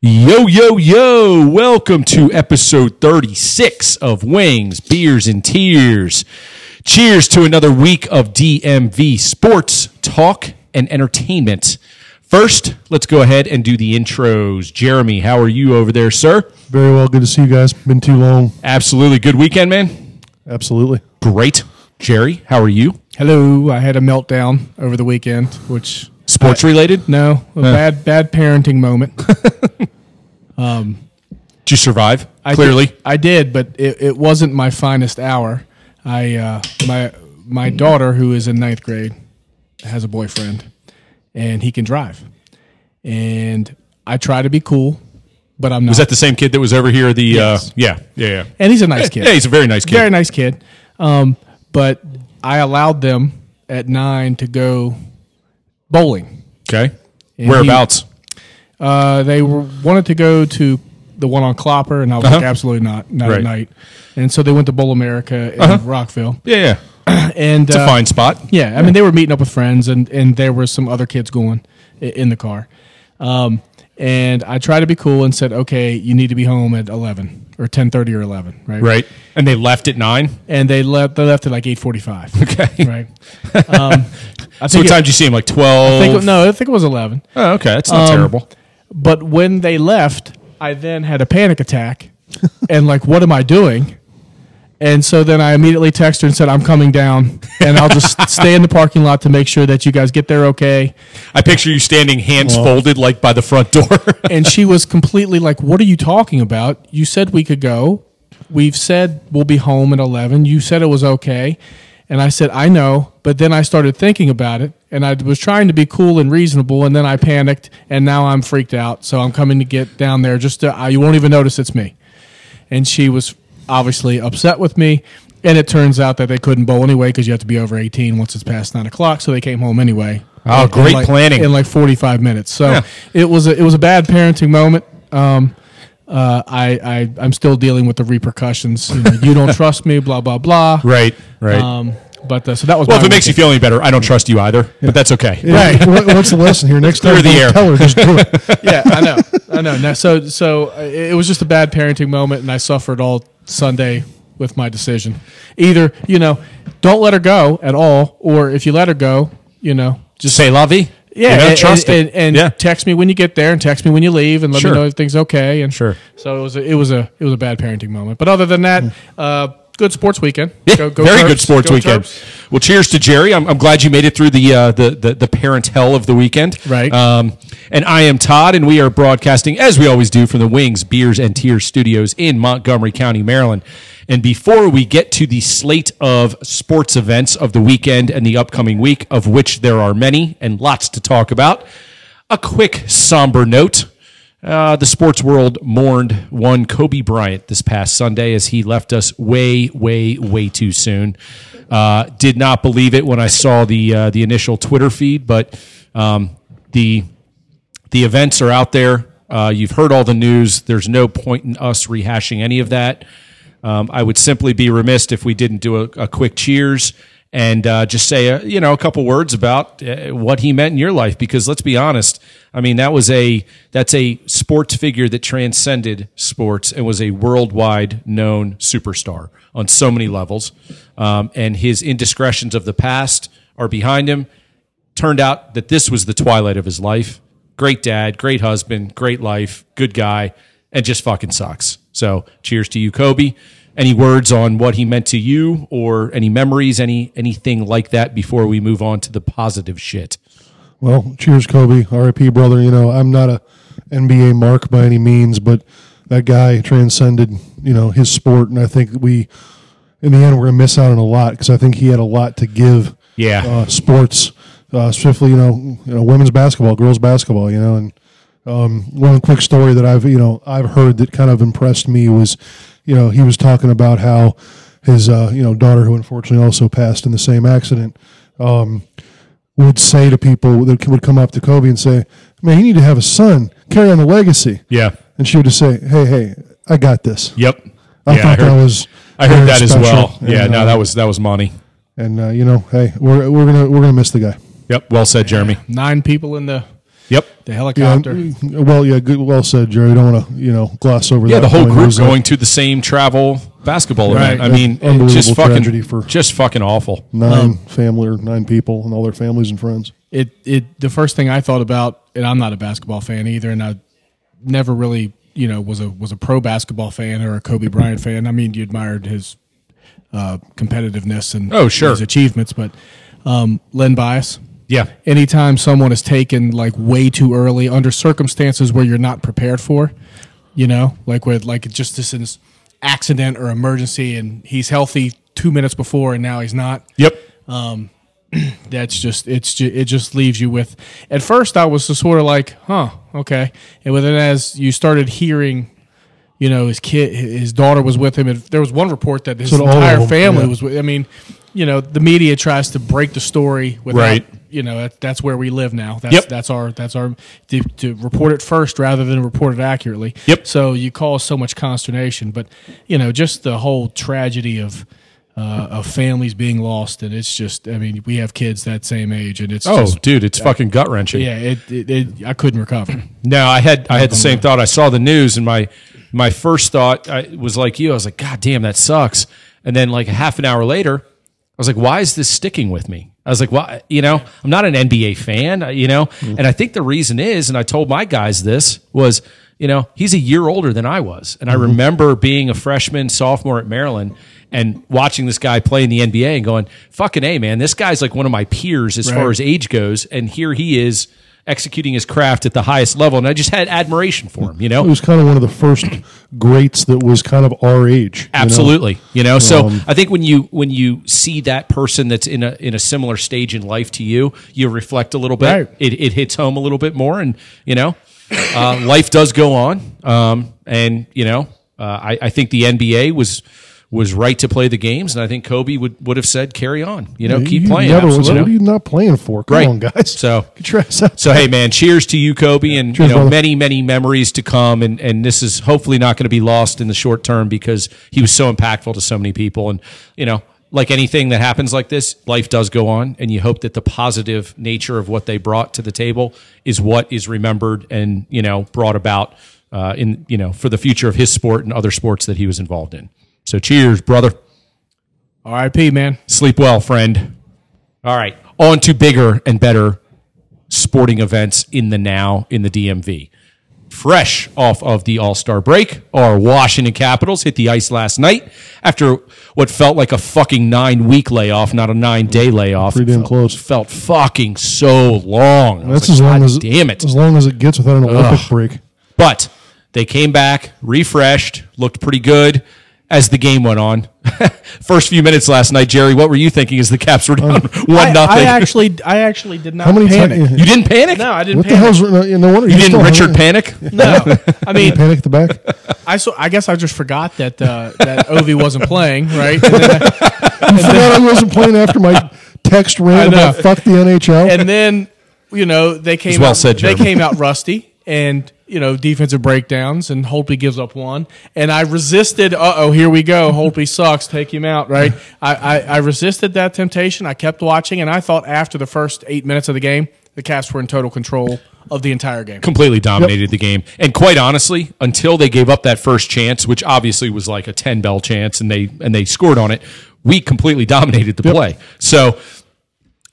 Yo, yo, yo, welcome to episode 36 of Wings, Beers, and Tears. Cheers to another week of DMV sports, talk, and entertainment. First, let's go ahead and do the intros. Jeremy, how are you over there, sir? Very well. Good to see you guys. Been too long. Absolutely good weekend, man. Absolutely. Great. Jerry, how are you? Hello, I had a meltdown over the weekend, which Sports related? Did no, a bad bad parenting moment. you survive? I Clearly. did, I did, but it, it wasn't my finest hour. I uh, my my daughter who is in ninth grade has a boyfriend, and he can drive, and I try to be cool, but I'm not. Was that the same kid that was over here? The uh, Yes. yeah, yeah, yeah. and he's a nice kid. Yeah, he's a very nice kid. Very nice kid. Um, but I allowed them at nine to go bowling. Okay. And Whereabouts? Uh, they were, wanted to go to the one on Clopper, and I was like, Uh-huh. absolutely not, not Right. Uh-huh. at night. And so they went to Bowl America in Rockville. yeah, yeah. And It's a uh, fine spot. Yeah, I mean, they were meeting up with friends, and, and there were some other kids going i- in the car. Um, and I tried to be cool and said, okay, you need to be home at 11 or 10.30 or 11, right? Right. And they left at nine. And they left, they left at like 8.45. Okay. Right. Um, I So what think it- time did you see him? Like 12? I think- no, I think it was 11. Oh, okay. That's not Um, terrible. But when they left, I then had a panic attack and like, what am I doing? And so then I immediately texted her and said, I'm coming down and I'll just stay in the parking lot to make sure that you guys get there okay. I picture you standing hands folded like by the front door. And she was completely like, What are you talking about? You said we could go. We've said we'll be home at 11. You said it was okay. And I said, I know. But then I started thinking about it and I was trying to be cool and reasonable. And then I panicked and now I'm freaked out. So I'm coming to get down there just to, I, you won't even notice it's me. And she was obviously upset with me. And it turns out that they couldn't bowl anyway because you have to be over 18 once it's past nine o'clock. So they came home anyway. Oh, In great like- planning. In like 45 minutes. So Yeah. it was a, it was a bad parenting moment. Um, uh, I, I I'm still dealing with the repercussions. You, know, you don't trust me, blah blah blah. right, right. Um, but uh, so that was well, if my it makes you weekend. feel any better, I don't trust you either, but that's okay. Right. What's the lesson here? Next Clear time, the don't air. tell her. Just do it. yeah, I know, I know. No, so so uh, it was just a bad parenting moment, and I suffered all Sunday with my decision. Either you know, don't let her go at all, or if you let her go, you know. Just say la vie. Yeah, You know, and, trust and, it. and- and yeah. text me when you get there, and text me when you leave, and let Sure. me know if things okay. And Sure. Hmm. So it was a, it was a it was a bad parenting moment. But other than that, uh, good sports weekend. Yeah, very Terps. good sports Go weekend. Terps. Well, cheers to Jerry. I'm, I'm glad you made it through the, uh, the the the parent hell of the weekend. Right. Um, and I am Todd, and we are broadcasting as we always do from the Wings Beers and Tears Studios in Montgomery County, Maryland. And before we get to the slate of sports events of the weekend and the upcoming week, of which there are many and lots to talk about, a quick somber note. Uh, the sports world mourned one Kobe Bryant this past Sunday as he left us way, way, way too soon. Uh, did not believe it when I saw the uh, the initial Twitter feed, but um, the the events are out there. Uh, you've heard all the news. There's no point in us rehashing any of that. Um, I would simply be remiss if we didn't do a, a quick cheers and uh, just say uh you know a couple words about uh, what he meant in your life. Because let's be honest, I mean that was a that's a sports figure that transcended sports and was a worldwide known superstar on so many levels. Um, and his indiscretions of the past are behind him turned out that this was the twilight of his life. Great dad, great husband, great life, good guy, and just fucking sucks. So, cheers to you, Kobe. Any words on what he meant to you, or any memories, any anything like that before we move on to the positive shit? Well, cheers, Kobe. R.I.P. brother. You know, I'm not a NBA mark by any means, but that guy transcended, you know, his sport, and I think we, in the end, we're gonna miss out on a lot because I think he had a lot to give. Yeah. Uh, sports, uh, specifically, you know, you know, women's basketball, girls basketball, you know, and um, one quick story that I've you know I've heard that kind of impressed me was, you know, he was talking about how his uh, you know daughter, who unfortunately also passed in the same accident, um, would say to people that would come up to Kobe and say, "Man, you need to have a son, carry on the legacy." Yeah. and she would just say, "Hey, hey, I got this." Yep. I thought heard, that was I heard very that as special. well. Yeah. And, No, uh, that was that was money. and uh, you know, hey, we're we're gonna we're gonna miss the guy. Yep. Well said, Jeremy. Nine people in the Yep. The Yeah, helicopter. well, yeah, good, well said, Jerry. I don't want to, you know, gloss over Yeah, that. the whole point. It group was, uh, going to the same travel basketball Right. event. I mean, Unbelievable just tragedy fucking, for- just fucking awful. nine family or nine people and all their families and friends. it it the first thing I thought about, and I'm not a basketball fan either, and I never really you know was a was a pro basketball fan or a Kobe Bryant fan. I mean, you admired his uh, competitiveness and Oh, sure. his achievements, but um, Len Bias. Yeah. Anytime someone is taken like way too early under circumstances where you're not prepared for, you know, like with like it's just this is accident or emergency, and he's healthy two minutes before, and now he's not Yep. that's just it's ju- it just leaves you with at first i was just sort of like huh okay and then as you started hearing you know his kid his daughter was with him and there was one report that his So all of entire them, family yeah. was with i mean you know the media tries to break the story without Right. you know that, that's where we live now that's Yep. that's our that's our to, to report it first rather than report it accurately Yep. so you cause so much consternation but you know just the whole tragedy of uh, of families being lost and it's just i mean we have kids that same age and it's Oh, just dude, it's fucking gut wrenching. yeah it, it, it i couldn't recover No, I had I had the same thought. I saw the news, and my my first thought I, was like you. I was like, God damn, that sucks. And then like half an hour later, I was like, Why is this sticking with me? I was like, Why? You know, I'm not an NBA fan. I- You know, and I think the reason is, and I told my guys this was, you know, he's a year older than I was, and I remember being a freshman, sophomore at Maryland. And watching this guy play in the NBA and going, fucking A, man, this guy's like one of my peers as far Right. as age goes. And here he is executing his craft at the highest level. And I just had admiration for him, you It know? was kind of one of the first greats that was kind of our age. you know? Absolutely. You know, so I think when you when you see that person that's in a in a similar stage in life to you, you reflect a little bit. Right. It it hits home a little bit more and you know, uh, life does go on. Um and you know, uh, I, I think the NBA was was right to play the games and I think Kobe would, would have said carry on. You know, keep You playing. never was- absolutely. What are you not playing for? Come Right. on, guys. So- get your ass out. So hey, man, cheers to you, Kobe, and Cheers, you know brother. many many memories to come. And and this is hopefully not going to be lost in the short term because he was so impactful to so many people. And you know, like anything that happens like this, life does go on, and you hope that the positive nature of what they brought to the table is what is remembered and you know brought about uh, in you know for the future of his sport and other sports that he was involved in. So cheers, brother. rip man Sleep well, friend. All right. On to bigger and better sporting events in the now in the DMV. Fresh off of the All Star break, our Washington Capitals hit the ice last night after what felt like a fucking nine week layoff, not a nine day layoff. Pretty damn Felt- close. Felt fucking so long. I was That's like, as long "God as damn it. As long as it gets without an Olympic break. But they came back, refreshed, looked pretty good as the game went on. First few minutes last night, Jerry, what were you thinking as the Caps were Um, down one I, nothing? I actually i actually did not How many panic times? you didn't panic? no i didn't What the panic. hell's no, no wonder You you're didn't still Richard hungry. panic? no i mean panic at the back. i so i guess i just forgot that uh that ovi wasn't playing right and then, I- I forgot I wasn't playing after my text I ran know. about fuck the NHL. and then you know they came well out, said, they Jeremy. came out rusty and you know defensive breakdowns and Holtby gives up one and I resisted uh oh here we go Holtby sucks take him out right I, I I resisted that temptation I kept watching and I thought after the first eight minutes of the game the Caps were in total control of the entire game Completely dominated the game. And quite honestly, until they gave up that first chance, which obviously was like a 10 bell chance and they and they scored on it, we completely dominated the play. So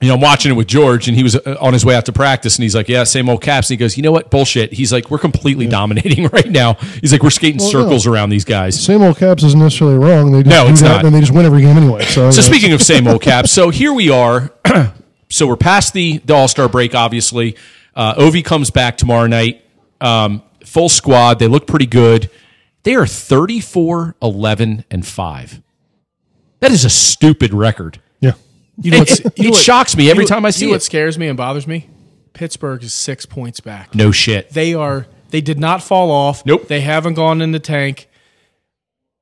you know, I'm watching it with George, and he was uh, on his way out to practice, and he's like, "Yeah, same old caps." And he goes, "You know what? Bullshit." He's like, "We're completely dominating right now." He's like, "We're skating circles around these guys." Same old caps isn't necessarily wrong. They just No, do it's that, not. and they just win every game anyway. So, uh, So you know, speaking of same old caps, so here we are. so we're past the the All Star break, obviously. Uh, Ovi comes back tomorrow night. Um, full squad. They look pretty good. They are 34, 11, and five. That is a stupid record. yeah. you know It- what's- it- it shocks me every you- time I see you know what it. scares me and bothers me Pittsburgh is six points back No shit. they are they did not fall off Nope. they haven't gone in the tank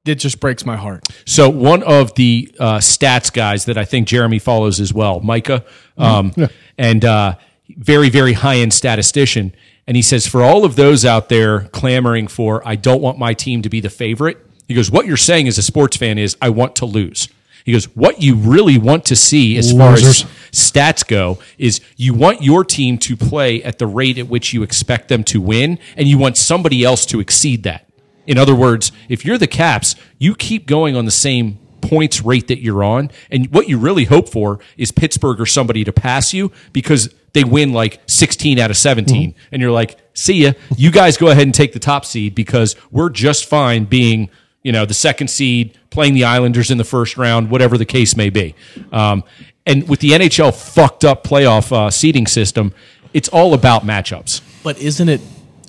it just breaks my heart So one of the uh, stats guys that I think Jeremy follows as well, Micah, um, and uh, very very high end statistician, and he says for all of those out there clamoring for I don't want my team to be the favorite, he goes, what you're saying as a sports fan is I want to lose. He goes, What you really want to see as far as Losers. stats go is you want your team to play at the rate at which you expect them to win, and you want somebody else to exceed that. In other words, if you're the Caps, you keep going on the same points rate that you're on, and what you really hope for is Pittsburgh or somebody to pass you because they win like 16 out of 17, and you're like, see ya. You guys go ahead and take the top seed because we're just fine being you know, the second seed, playing the Islanders in the first round, whatever the case may be. Um, and with the NHL fucked up playoff uh, seeding system, it's all about matchups. But isn't it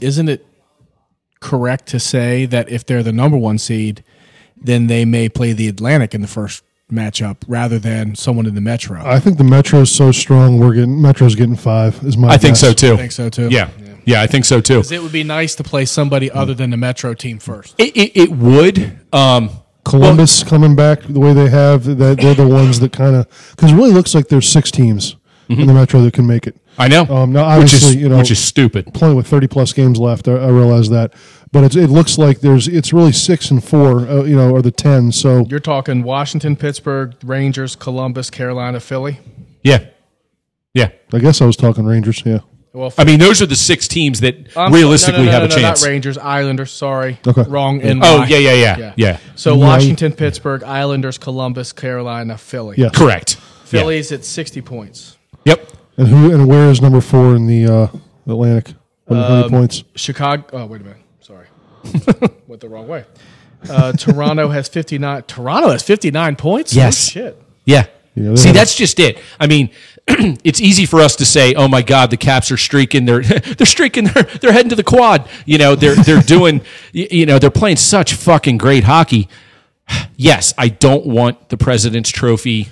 isn't it correct to say that if they're the number one seed, then they may play the Atlantic in the first matchup rather than someone in the Metro? I think the Metro's so strong. We're getting Metro's getting five. Is my I think guess. so too. I think so, too. Yeah. Yeah. Yeah, I think so too. it would be nice to play somebody other than the Metro team first. It, it, it would. Um, Columbus coming back the way they have. That they're the ones that kind of because it really looks like there's six teams in Mm-hmm. the Metro that can make it. I know. Um, now, which is obviously, you know- which is stupid. Playing with 30 plus games left, I, I realize that, but it's, it looks like there's it's really six and four. Uh, you know, or the ten. So You're talking Washington, Pittsburgh, Rangers, Columbus, Carolina, Philly. Yeah. Yeah. I guess I was talking Rangers. Yeah. Well, I mean, those are the six teams that I'm- realistically no, no, no, have no, a chance. Not Rangers, Islanders. Sorry, Okay. wrong. NY. Oh, yeah, yeah, yeah, yeah. So Washington, Pittsburgh, Islanders, Columbus, Carolina, Philly. Yeah. Correct. Yeah. Philly's at sixty points. Yep. And who and where is number four in the uh, Atlantic? What are the points? Chicago. Oh, wait a minute. Sorry, went the wrong way. Uh, Toronto has fifty nine. Toronto has fifty nine points. Holy Yes. shit. Yeah. Yeah, they See, have- that's just it. I mean, it's easy for us to say, "Oh my God, the Caps are streaking. They're they're streaking. They're they're heading to the quad. You know, they're they're doing. y- You know, they're playing such fucking great hockey." Yes, I don't want the President's Trophy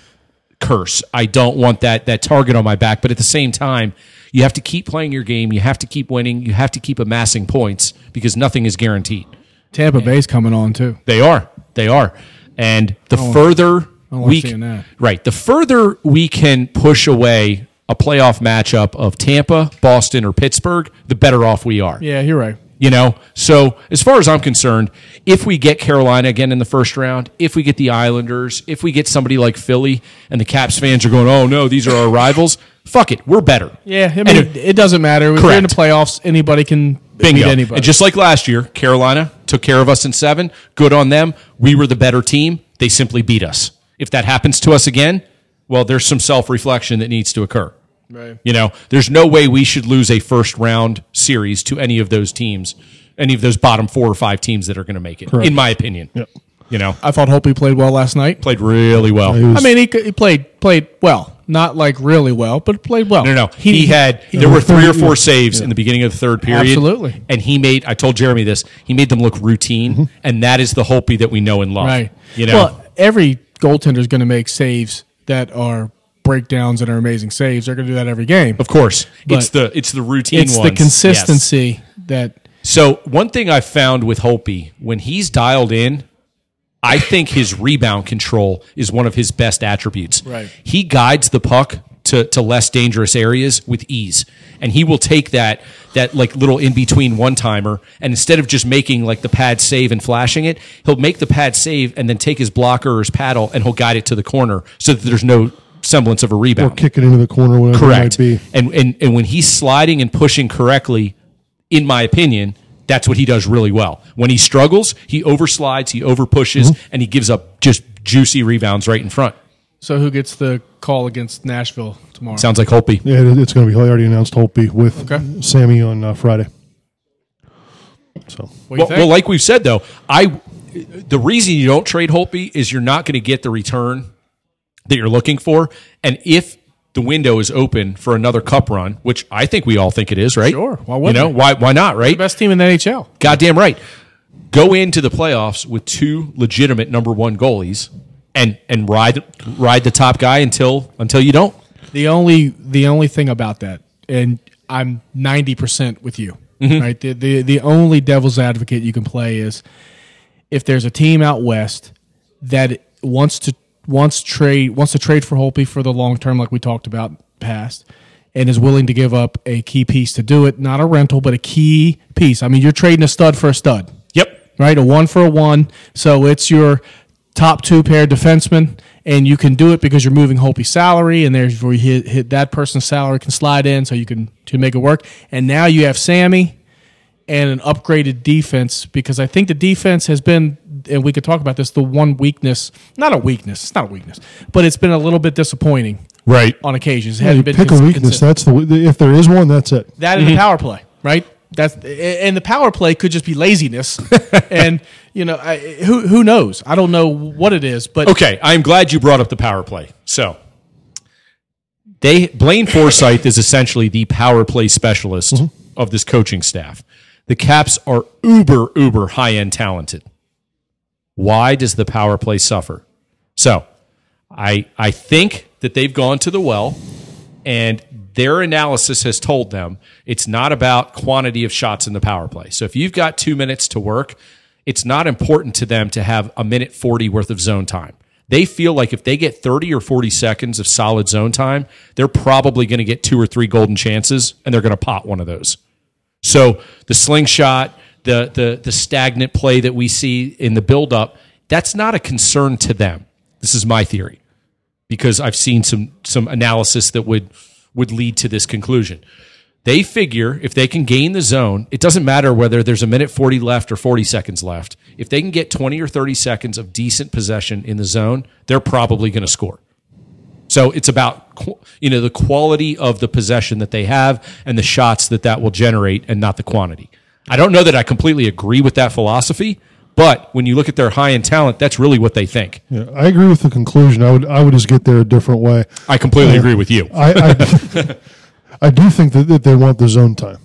curse. I don't want that that target on my back. But at the same time, you have to keep playing your game. You have to keep winning. You have to keep amassing points because nothing is guaranteed. Tampa Bay's coming on too. They are. They are. And the further like we seeing that. right, the further we can push away a playoff matchup of Tampa, Boston, or Pittsburgh, the better off we are. Yeah, you're right. You know. So as far as I'm concerned, if we get Carolina again in the first round, if we get the Islanders, if we get somebody like Philly, and the Caps fans are going, "Oh no, these are our rivals." Fuck it, we're better. Yeah, I And mean, if- it doesn't matter. If We're in the Correct. playoffs. Anybody can beat Bingo. anybody. And just like last year, Carolina took care of us in seven. Good on them. We were the better team. They simply beat us. If that happens to us again, well, there's some self reflection that needs to occur. Right. You know, there's no way we should lose a first round series to any of those teams, any of those bottom four or five teams that are going to make it, in my opinion. You know, I thought Hopi played well last night. played really well. I mean, he, c- he played played well, not like really well, but played well. No, no, no. He, had there were three or four saves in the beginning of the third period. Absolutely. Mm-hmm. And he made I told Jeremy this, he made them look routine and that is the Holpe that we know and love. right. You know. well, every goaltender is going to make saves that are breakdowns and are amazing saves. They're going to do that every game. of course. It's but the it's the routine It's ones. the Yes. consistency that So one thing I found with Holpe, when he's dialed in, I think his rebound control is one of his best attributes. Right. He guides the puck to, to less dangerous areas with ease. And he will take that that like little in between one timer and instead of just making like the pad save and flashing it, he'll make the pad save and then take his blocker or his paddle and he'll guide it to the corner so that there's no semblance of a rebound. Or kick it into the corner, whatever Correct. it might be. And, and and when he's sliding and pushing correctly, in my opinion, that's what he does really well. When he struggles, he overslides, he overpushes, Mm-hmm. and he gives up just juicy rebounds right in front. so who gets the call against Nashville tomorrow? Sounds like Holpe. Yeah, it- it's going to be. I already announced Holtby with Okay. Sammy on uh, Friday. So What do you Well, think? well, like we've said though, I the reason you don't trade Holtby is you're not going to get the return that you're looking for, and if the window is open for another cup run, which I think we all think it is, right? Sure. Why you wouldn't know it? why? Why not? Right? best team in the NHL. Goddamn right. Go into the playoffs with two legitimate number one goalies and and ride ride the top guy until until you don't. The only the only thing about that, and I'm ninety percent with you, right? The, the the only devil's advocate you can play is if there's a team out west that wants to wants trade wants to trade for Holpe for the long term, like we talked about in the past, and is willing to give up a key piece to do it, not a rental, but a key piece. I mean, you're trading a stud for a stud Yep. right? A one for a one. So it's your top two pair defenseman and you can do it because you're moving Holpe's salary, and there's where you hit, hit that person's salary can slide in, so you can to make it work. And now you have Sammy and an upgraded defense because I think the defense has been, and we could talk about this, the one weakness, not a weakness, it's not a weakness, but it's been a little bit disappointing Right. on occasions. It Yeah, hasn't you been pick a cons- weakness. consi- That's the if there is one, that's it. that Mm-hmm. and the power play, right? That's and the power play could just be laziness, and you know I, who who knows? I don't know what it is, but Okay, I'm glad you brought up the power play. So they Blaine Forsythe is essentially the power play specialist of this coaching staff. The Caps are uber uber high end talented. Why does the power play suffer? So, I I think that they've gone to the well and their analysis has told them it's not about quantity of shots in the power play. So if you've got two minutes to work, it's not important to them to have a minute 40 worth of zone time. They feel like if they get 30 or 40 seconds of solid zone time, they're probably going to get two or three golden chances and they're going to pot one of those. So the slingshot, the the the stagnant play that we see in the buildup, that's not a concern to them. This is my theory because I've seen some some analysis that would would lead to this conclusion. They figure if they can gain the zone, it doesn't matter whether there's a minute 40 left or 40 seconds left. If they can get 20 or 30 seconds of decent possession in the zone, they're probably going to score. So it's about qu- you know the quality of the possession that they have and the shots that that will generate, and not the quantity. I don't know that I completely agree with that philosophy, but when you look at their high end talent, that's really what they think. Yeah, I agree with the conclusion. I would I would just get there a different way. I completely agree with you. I I, I do think that, that they want the zone time.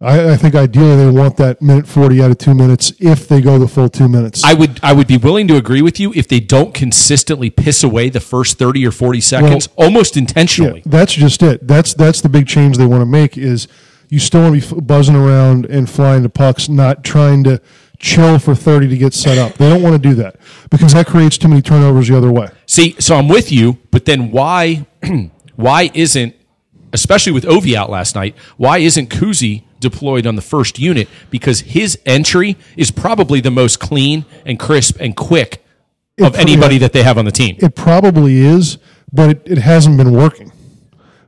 I, I think ideally they want that minute forty out of two minutes if they go the full two minutes. I would I would be willing to agree with you if they don't consistently piss away the first thirty or forty seconds almost intentionally. That's just it. That's that's the big change they want to make is you still want to be f- buzzing around and flying to pucks, not trying to chill for 30 to get set up. They don't want to do that because that creates too many turnovers the other way. See, so I'm with you, but then why why isn't especially with Ovi out last night, why isn't Kuzi deployed on the first unit? Because his entry is probably the most clean and crisp and quick of probably- anybody that they have on the team. It probably is, but it, it hasn't been working.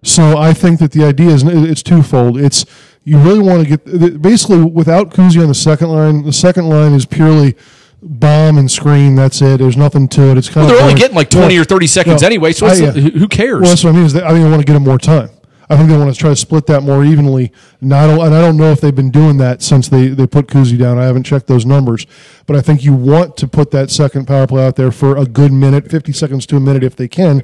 So I think that the idea is it's twofold. It's you really want to get basically without Kuzi on the second line. The second line is purely bomb and screen. That's it. There's nothing to it. It's kind They're of only boring. getting like twenty Yeah. or thirty seconds Yeah. anyway, so I, it's, yeah. who cares? Well, that's what I mean. Is that, I think they want to get them more time. I think they want to try to split that more evenly. And I don't, and I don't know if they've been doing that since they, they put Kuzi down. I haven't checked those numbers, but I think you want to put that second power play out there for a good minute, 50 seconds to a minute if they can,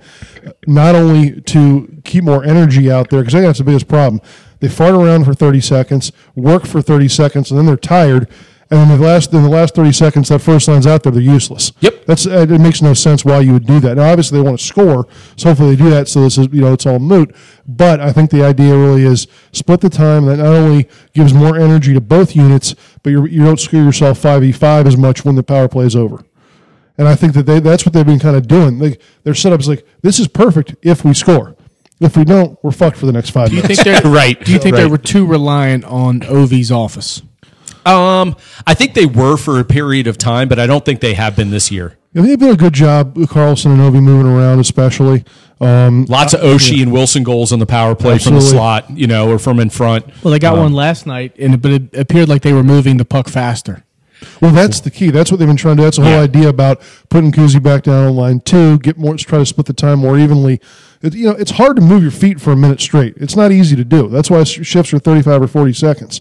not only to keep more energy out there, because I think that's the biggest problem. They fart around for 30 seconds, work for 30 seconds, and then they're tired. And then the last, in the last 30 seconds, that first line's out there, they're useless. Yep. That's uh, it makes no sense why you would do that. Now, obviously, they want to score, so hopefully they do that. So this is you know it's all moot. But I think the idea really is split the time. That not only gives more energy to both units, but you're, you don't screw yourself five v five as much when the power play is over. And I think that they, that's what they've been kind of doing. Like their setup's like this is perfect if we score. If we don't, we're fucked for the next five do you minutes. think they're Right. Do you think they Right. were too reliant on Ovi's office? Um, I think they were for a period of time, but I don't think they have been this year. I think they've done a good job, Carlson and Ovi moving around, especially. Um, Lots of Oshie and Wilson goals on the power play from Absolutely. the slot, you know, or from in front. Well, they got one last night, and but it appeared like they were moving the puck faster. Well, that's the key. That's what they've been trying to. That's the whole Yeah. idea about putting Kuzi back down on line two. Get more. Try to split the time more evenly. It, you know, it's hard to move your feet for a minute straight. It's not easy to do. That's why sh- shifts are thirty-five or forty seconds.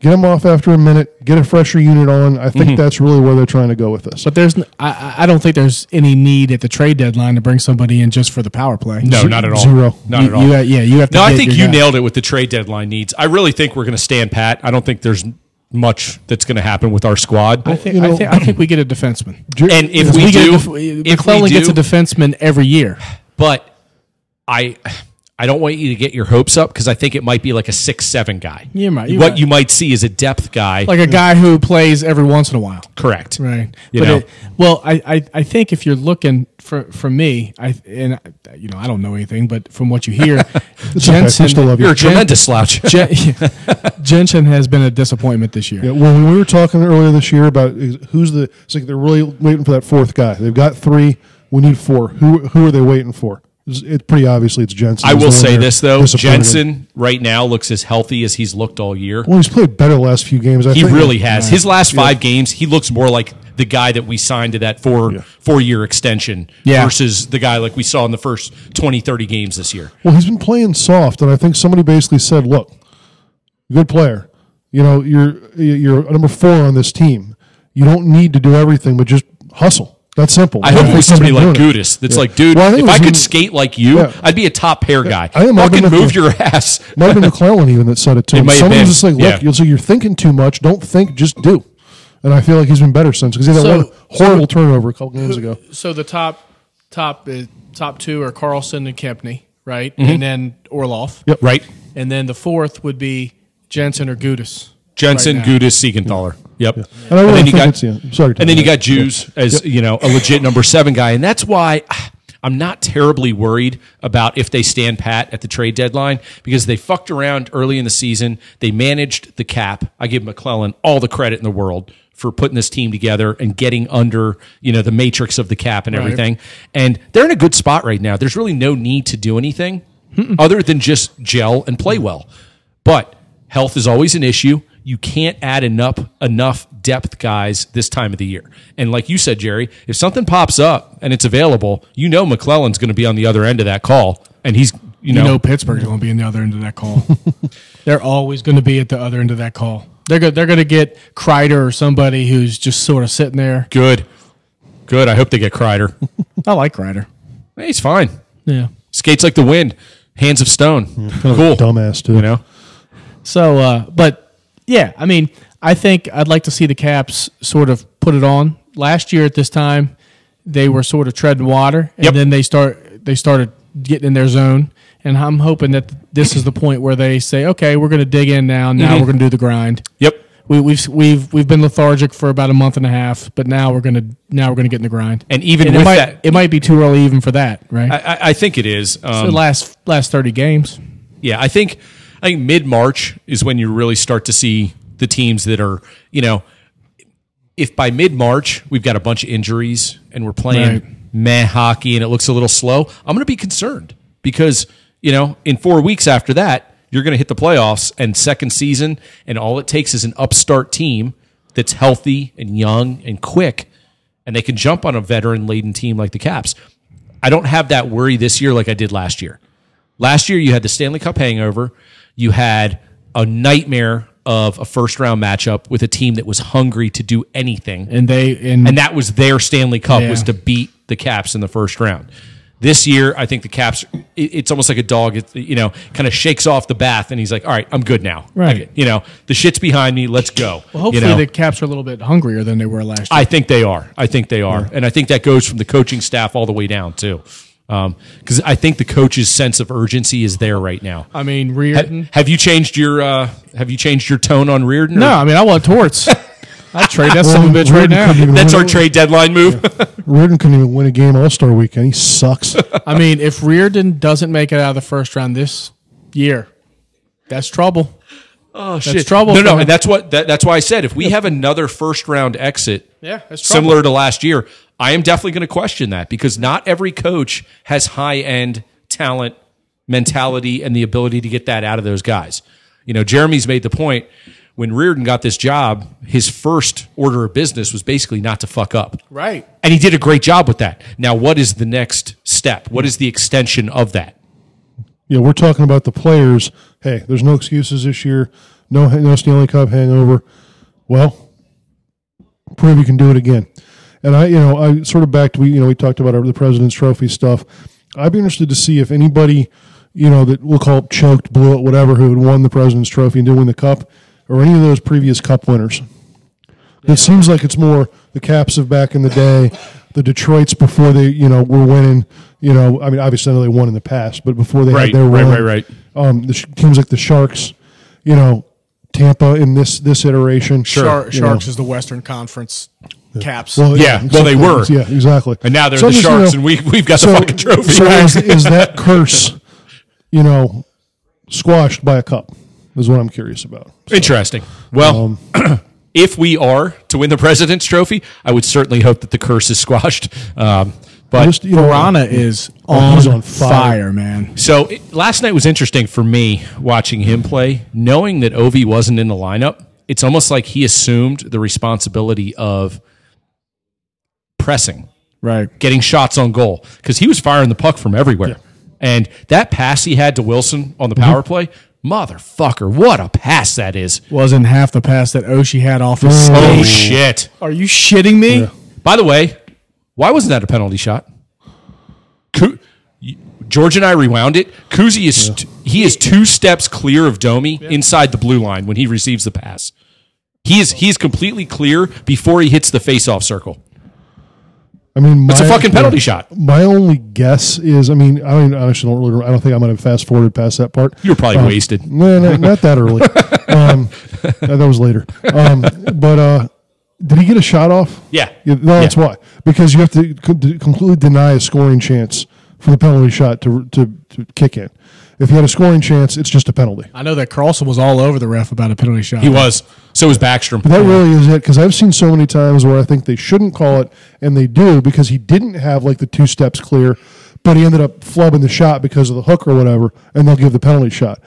Get them off after a minute. Get a fresher unit on. I Mm-hmm. think that's really where they're trying to go with this. But there's, n- I- I, I don't think there's any need at the trade deadline to bring somebody in just for the power play. No, not at all. Zero. Not You- at all. you ha- yeah, you have to No, I get think your you guy. nailed it with the trade deadline needs. I really think we're going to stand pat. I don't think there's much that's going to happen with our squad. I think, You know- I, think, I think we get a defenseman. and if Because we, get a do, def- if McClellan we do, gets a defenseman every year. but I, I don't want you to get your hopes up because I think it might be like a six-seven guy. You might- you what might. you might see is a depth guy. like a guy who plays every once in a while. correct. Right. You but know? it, well, I, I, I think if you're looking for for me, I and I, you know I don't know anything, but from what you hear, Jensen, we still love you. You're a tremendous slouch. Jen, Jensen has been a disappointment this year. Yeah, when we were talking earlier this year about is- who's the, it's like they're really waiting for that fourth guy. They've got three. We need four. Who who are they waiting for? It's, it's pretty obviously it's Jensen. I He's the will one say they're this though: disappointed in. Jensen right now looks as healthy as he's looked all year. Well, he's played better the last few games. I He think. really has. His last five games, he looks more like the guy that we signed to that four four year extension Yeah. versus the guy like we saw in the first 20, 30 games this year. Well, he's been playing soft, and I think somebody basically said, "Look, good player. You know, you're you're number four on this team. You don't need to do everything, but just hustle. That's simple." I hope it was he's somebody been like doing it. Gudis that's Yeah. like, dude, Well, I think if it I was could in- skate like you, Yeah. I'd be a top pair guy. I think it might have Fucking been the- move your ass. Might have been McClellan even that said it to him. might have Someone been, was just like, yeah. "Look, you're, so you're thinking too much. Don't think, just do." And I feel like he's been better since because he had that So- one horrible turnover a couple games ago. So the top top uh, top two are Carlson and Kempney, right? Mm-hmm. And then Orloff. Yep. Right. And then the fourth would be Jensen or Gudis. Jensen, Right now. Gudis, Siegenthaler. Yep. And I really then you think got- it's, yeah, sorry. And then you got Jews as you know a legit number seven guy, and that's why I'm not terribly worried about if they stand pat at the trade deadline because they fucked around early in the season. They managed the cap. I give McClellan all the credit in the world for putting this team together and getting under you know the matrix of the cap and everything. And they're in a good spot right now. There's really no need to do anything other than just gel and play well. But health is always an issue. You can't add enough enough depth guys this time of the year. And like you said, Jerry, if something pops up and it's available, you know McClellan's going to be on the other end of that call, and he's you know, You know Pittsburgh's going to be in the other end of that call. they're always going to be at the other end of that call. They're go- they're going to get Kreider or somebody who's just sort of sitting there. good, good. I hope they get Kreider. I like Kreider. Hey, he's fine. Yeah. Skates like the wind, hands of stone. kind of cool, a dumbass too. You know, So, uh, but yeah, I mean, I think I'd like to see the Caps sort of put it on. Last year at this time, they were sort of treading water, and Yep. then they start they started getting in their zone. And I'm hoping that this is the point where they say, okay, we're going to dig in now. Now we're going to do the grind. yep. We, we've we've we've been lethargic for about a month and a half, but now we're gonna now we're gonna get in the grind. And even it with might, that- it might be too early even for that, right? I, I, I think it is. Um, the last last thirty games. Yeah, I think I think mid March is when you really start to see the teams that are, you know, if by mid March we've got a bunch of injuries and we're playing Right. meh hockey and it looks a little slow, I'm going to be concerned because you know in four weeks after that you're going to hit the playoffs and second season and all it takes is an upstart team that's healthy and young and quick and they can jump on a veteran laden team like the Caps. I don't have that worry this year like I did last year. Last year, you had the Stanley Cup hangover. You had a nightmare of a first round matchup with a team that was hungry to do anything. And they and, And that was their Stanley Cup, Yeah. was to beat the Caps in the first round. This year, I think the Caps, it- it's almost like a dog, it, you know, kind of shakes off the bath and he's like, all right, I'm good now. Right. You know, the shit's behind me. Let's go. well, hopefully you know? the Caps are a little bit hungrier than they were last year. I think they are. I think they are, and I think that goes from the coaching staff all the way down too, because I think the coach's sense of urgency is there right now. I, mean Ha- Reardon. have you changed your uh, Have you changed your tone on Reardon? no, I mean I want Torts. I trade that son of a bitch right Reardon couldn't now. even that's win- our trade deadline move. Reardon couldn't even win a game All Star weekend. He sucks. I mean, if Reardon doesn't make it out of the first round this year, that's trouble. oh shit, trouble No, for no, him. and that's what that, that's why I said if we have another first round exit, Yeah, that's trouble. similar to last year, I am definitely going to question that because not every coach has high end talent, mentality, and the ability to get that out of those guys. You know, Jeremy's made the point when Reardon got this job, his first order of business was basically not to fuck up. Right. And he did a great job with that. Now, what is the next step? What is the extension of that? Yeah, we're talking about the players. Hey, there's no excuses this year. No, no Stanley Cup hangover. Well, prove you can do it again. And I, you know, I sort of backed. We, you know, we talked about our, the President's Trophy stuff. I'd be interested to see if anybody, you know, that we'll call it choked, blew it, whatever, who had won the President's Trophy and didn't win the cup, or any of those previous Cup winners. It seems like it's more the Caps of back in the day, the Detroits before they, you know, were winning. You know, I mean, obviously I know they won in the past, but before they Right, had their right, run, right, right. Um, the sh- teams like the Sharks, you know, Tampa in this this iteration. Shar- you Sharks know. is the Western Conference Caps. Well, Yeah, well, they were. Yeah, exactly. And now they're the So I'm just, you Sharks, know, and we, we've got the fucking trophy. so is, is that curse, you know, squashed by a cup? Is what I'm curious about. Interesting. Well, if we are to win the President's Trophy, I would certainly hope that the curse is squashed. Um, But Just, you know, Piranha is Oh, on, he's on fire. fire. man. So it, last night was interesting for me watching him play, knowing that Ovi wasn't in the lineup. It's almost like he assumed the responsibility of pressing, Right. getting shots on goal, because he was firing the puck from everywhere. And that pass he had to Wilson on the power play, motherfucker, what a pass that is! Wasn't half the pass that Oshie had off his Oh skate. shit! Are you shitting me? By the way, why wasn't that a penalty shot? Ku- George and I rewound it. Kuzi is he is two steps clear of Domi inside the blue line when he receives the pass. He is he is completely clear before he hits the faceoff circle. I mean, It's my- a fucking penalty shot. My only guess is, I mean, I don't, I actually don't really, I don't think I might have fast forwarded past that part. Um, You were probably wasted. No, no, not that early. um, that that was later. Um, but uh, did he get a shot off? Yeah. no, that's Yeah. why. Because you have to co- to completely deny a scoring chance for the penalty shot to, to, to kick in. If you had a scoring chance, it's just a penalty. I know that Carlson was all over the ref about a penalty shot. He was. So was Backstrom. That really is it because I've seen so many times where I think they shouldn't call it and they do because he didn't have like the two steps clear, but he ended up flubbing the shot because of the hook or whatever, and they'll give the penalty shot.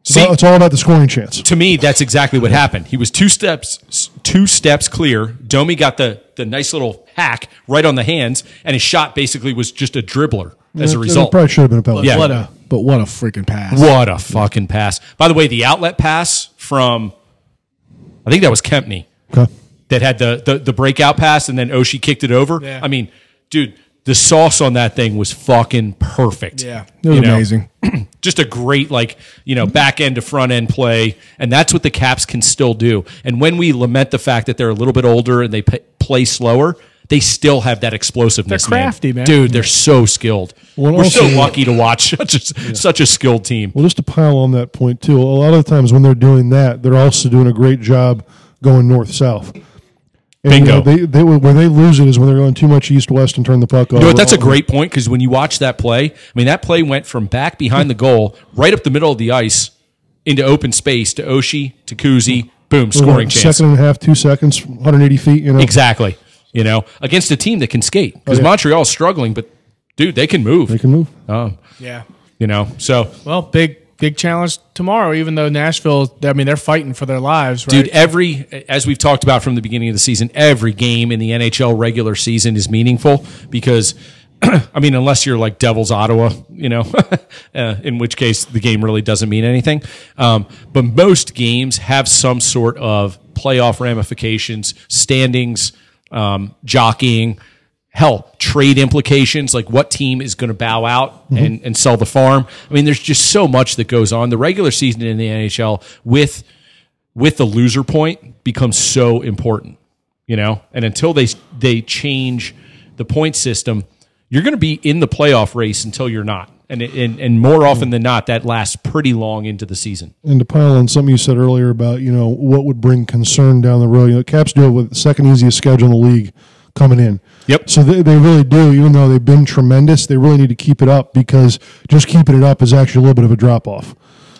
It's, See- all, it's all about the scoring chance. to me, that's exactly what happened. He was two steps two steps clear. Domi got the the nice little hack right on the hands, and his shot basically was just a dribbler as a It result. probably should have been a penalty. Yeah. What a but what a freaking pass. What a fucking pass. By the way, the outlet pass from, I think that was Kempney Okay. that had the, the, the breakout pass and then Oshie kicked it over. Yeah. I mean, dude, the sauce on that thing was fucking perfect. Yeah. It was You know, amazing. Just a great, like, you know, back end to front end play. And that's what the Caps can still do. And when we lament the fact that they're a little bit older and they p- play slower, they still have that explosiveness. They're crafty, man. Dude, they're so skilled. Well, We're so also- lucky to watch such a, such a skilled team. Well, just to pile on that point too, a lot of the times when they're doing that, they're also doing a great job going north south. Bingo. they, they when they lose it is when they're going too much east west and turn the puck over. You know what? That's a great point because when you watch that play, I mean, that play went from back behind the goal, right up the middle of the ice, into open space to Oshie to Kuzi. Boom, scoring chance. Second and a half, two seconds, 180 feet. You know, Exactly. You know, against a team that can skate because Montreal's struggling, but dude, they can move. Oh, they can move. Um, Yeah. you know, so Well, big big challenge tomorrow, even though Nashville I mean, they're fighting for their lives, right? Dude, every as we've talked about from the beginning of the season, every game in the NHL regular season is meaningful because I mean, unless you're like Devils Ottawa, you know, uh, in which case the game really doesn't mean anything. Um, but most games have some sort of playoff ramifications, standings, um, jockeying, hell, trade implications, like what team is going to bow out and, and sell the farm. I mean, there's just so much that goes on. The regular season in the NHL with with the loser point becomes so important, you know. And until they they change the point system, you're going to be in the playoff race until you're not, and it- and and more often than not, that lasts pretty long into the season. And to pile on something you said earlier about you know what would bring concern down the road. You know, Caps do it with the second easiest schedule in the league coming in. Yep. So they, they really do, even though they've been tremendous. They really need to keep it up because just keeping it up is actually a little bit of a drop off.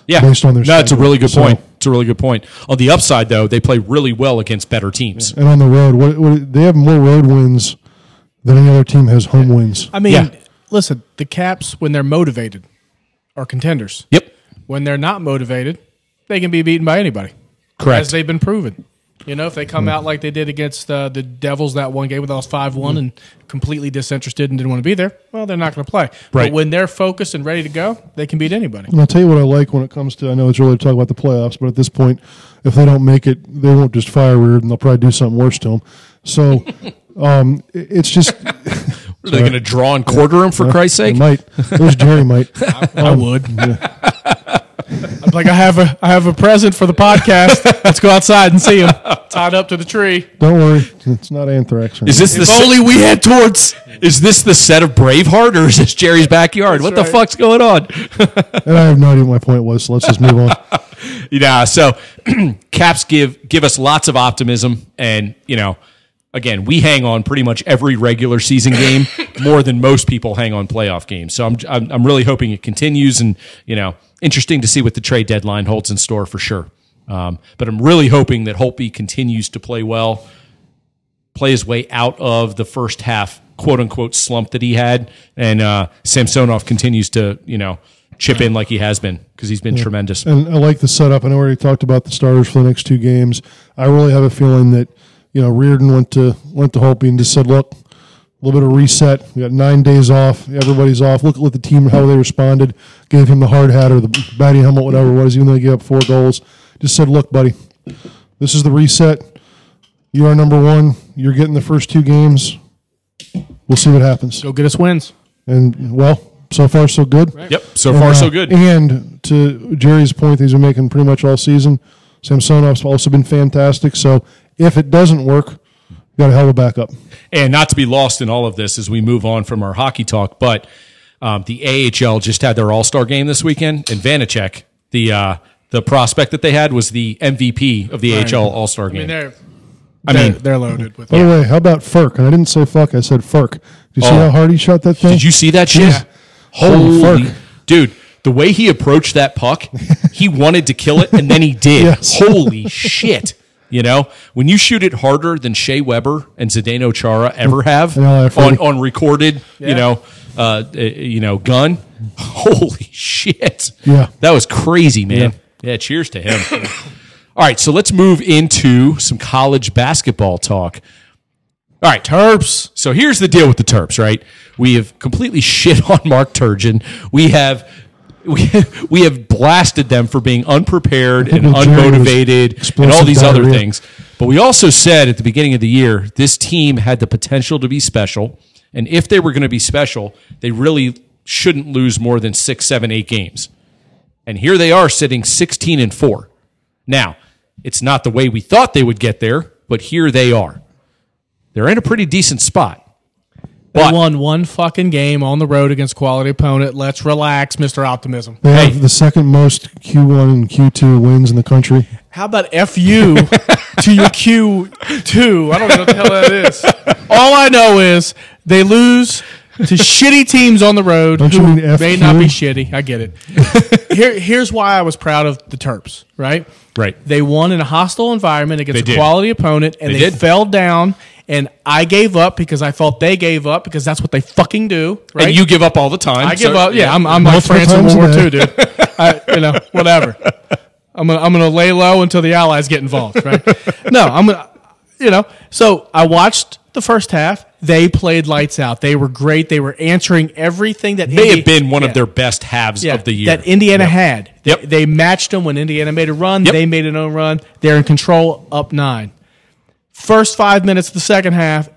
Yeah, Based on their no, it's a schedule. really good So- point. It's a really good point. On the upside, though, they play really well against better teams. And on the road, what, what they have more road wins than any other team has home wins. I mean, Yeah. listen, the Caps when they're motivated are contenders. Yep, When they're not motivated, they can be beaten by anybody. as correct. they've been proven. You know, if they come out like they did against uh, the Devils that one game with us five one and completely disinterested and didn't want to be there, well, they're not going to play. Right. But when they're focused and ready to go, they can beat anybody. And I'll tell you what I like when it comes to. I know it's really to talk about the playoffs, but at this point, if they don't make it, they won't just fire Reardon. They'll probably do something worse to him. So, um, it- it's just Are they going to draw and quarter him for Christ's it sake? might. There's Jerry might. I would. like I have a I have a present for the podcast. Let's go outside and see him tied up to the tree. Don't worry, it's not anthrax. Or Is this the If se- only we had torts. is this the set of Braveheart or is this Jerry's backyard? what the right. fuck's going on? and I have no idea what my point was. So let's just move on. Yeah, so caps give give us lots of optimism, and you know, again, we hang on pretty much every regular season game more than most people hang on playoff games. So I'm I'm, I'm really hoping it continues, and you know, interesting to see what the trade deadline holds in store for sure. Um, but I'm really hoping that Holtby continues to play well, play his way out of the first half quote unquote slump that he had, and uh, Samsonov continues to you know chip in like he has been because he's been tremendous. And I like the setup. I know we already talked about the starters for the next two games. I really have a feeling that you know Reardon went to went to Holtby and just said, "Look, a little bit of reset. We got nine days off. Everybody's off. Look at the team how they responded. Gave him the hard hat or the batting helmet, whatever it was. Even though they gave up four goals, just said, "Look, buddy, this is the reset. You are number one. You're getting the first two games. We'll see what happens." Go get us wins. And well, so far so good. Yep, so And, far uh, so good. And to Jerry's point, that he's been making pretty much all season. Samsonov's also been fantastic. So if it doesn't work, you got a hell of a backup. And not to be lost in all of this as we move on from our hockey talk, but um, the AHL just had their All Star game this weekend, and Vanacek, the uh, the prospect that they had, was the MVP of the AHL All Star game. they're I mean, they're loaded with. By the way, how about Ferk? And I didn't say fuck. I said Ferk. Do you see Oh. how hard he shot that thing? Did you see that shit? Yeah. Holy Holy fuck. dude! The way he approached that puck, he wanted to kill it, and then he did. Yes. Holy shit! You know, when you shoot it harder than Shea Weber and Zdeno Chara ever have And LA on, forty. on recorded, you Yeah. know, uh, uh, you know, gun. Holy shit! Yeah. that was crazy, man. yeah cheers to him. All right, so let's move into some college basketball talk. All right, Terps. So here's the deal with the Terps, right? We have completely shit on Mark Turgeon. We have we, we have blasted them for being unprepared and Well, Jerry was unmotivated and all explosive these other diarrhea. things. But we also said at the beginning of the year this team had the potential to be special, and if they were going to be special, they really shouldn't lose more than six, seven, eight games. And here they are sitting 16 and 4. Now, it's not the way we thought they would get there, but here they are. They're in a pretty decent spot. They But won one fucking game on the road against quality opponent. Let's relax, Mister Optimism. They Hey. have the second most Q1 and Q2 wins in the country. How about fu to your Q two? I don't know what the hell that is. All I know is they lose to shitty teams on the road Don't you who mean may FQ? not be shitty. I get it. Here, here's why I was proud of the Terps. Right, right. they won in a hostile environment against They a did. quality opponent, and They they, did. fell down. And I gave up because I thought they gave up because that's what they fucking do. Right? And you give up all the time. I give so- up. Yeah, I'm, I'm like Multiple France in times World War a II, dude. I, you know, whatever. I'm gonna I'm gonna lay low until the Allies get involved. Right? no, I'm gonna. You know, so I watched the first half. They played lights out. They were great. They were answering everything that May Indi- have been one Yeah. of their best halves Yeah, of the year. that Indiana had. They, Yep. they matched them when Indiana made a run. Yep. They made an own run. They're in control, up nine. First five minutes of the second half,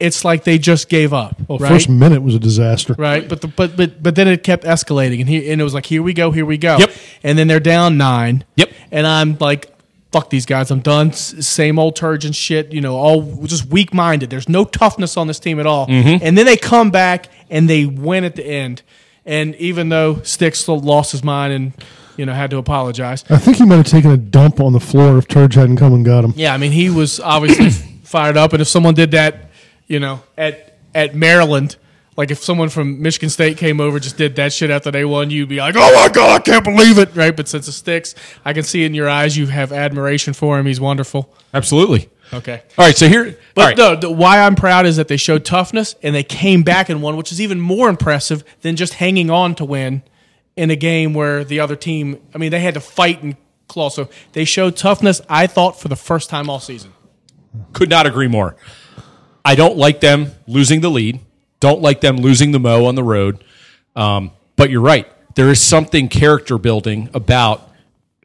it's like they just gave up. right? First minute was a disaster. right? But the, but but but then it kept escalating, and he and it was like, here we go, here we go. Yep. And then they're down nine. Yep. And I'm like, fuck these guys. I'm done. S- same old turgid shit. You know, all just weak minded. There's no toughness on this team at all. Mm-hmm. And then they come back and they win at the end. And even though Sticks lost his mind and you know had to apologize, I think he might have taken a dump on the floor if Turge hadn't come and got him. yeah, I mean, he was obviously fired up, and if someone did that, you know, at at Maryland, like if someone from Michigan State came over just did that shit after they won, you'd be like, "Oh my god, I can't believe it!" Right? But since it sticks, I can see it in your eyes. You have admiration for him. He's wonderful. Absolutely. Okay. All right, so here. all right. But no, the, why I'm proud is that they showed toughness and they came back and won, which is even more impressive than just hanging on to win in a game where the other team, I mean, they had to fight and claw. So they showed toughness, I thought, for the first time all season. Could not agree more. I don't like them losing the lead. Don't like them losing the mo on the road. Um, but you're right. There is something character building about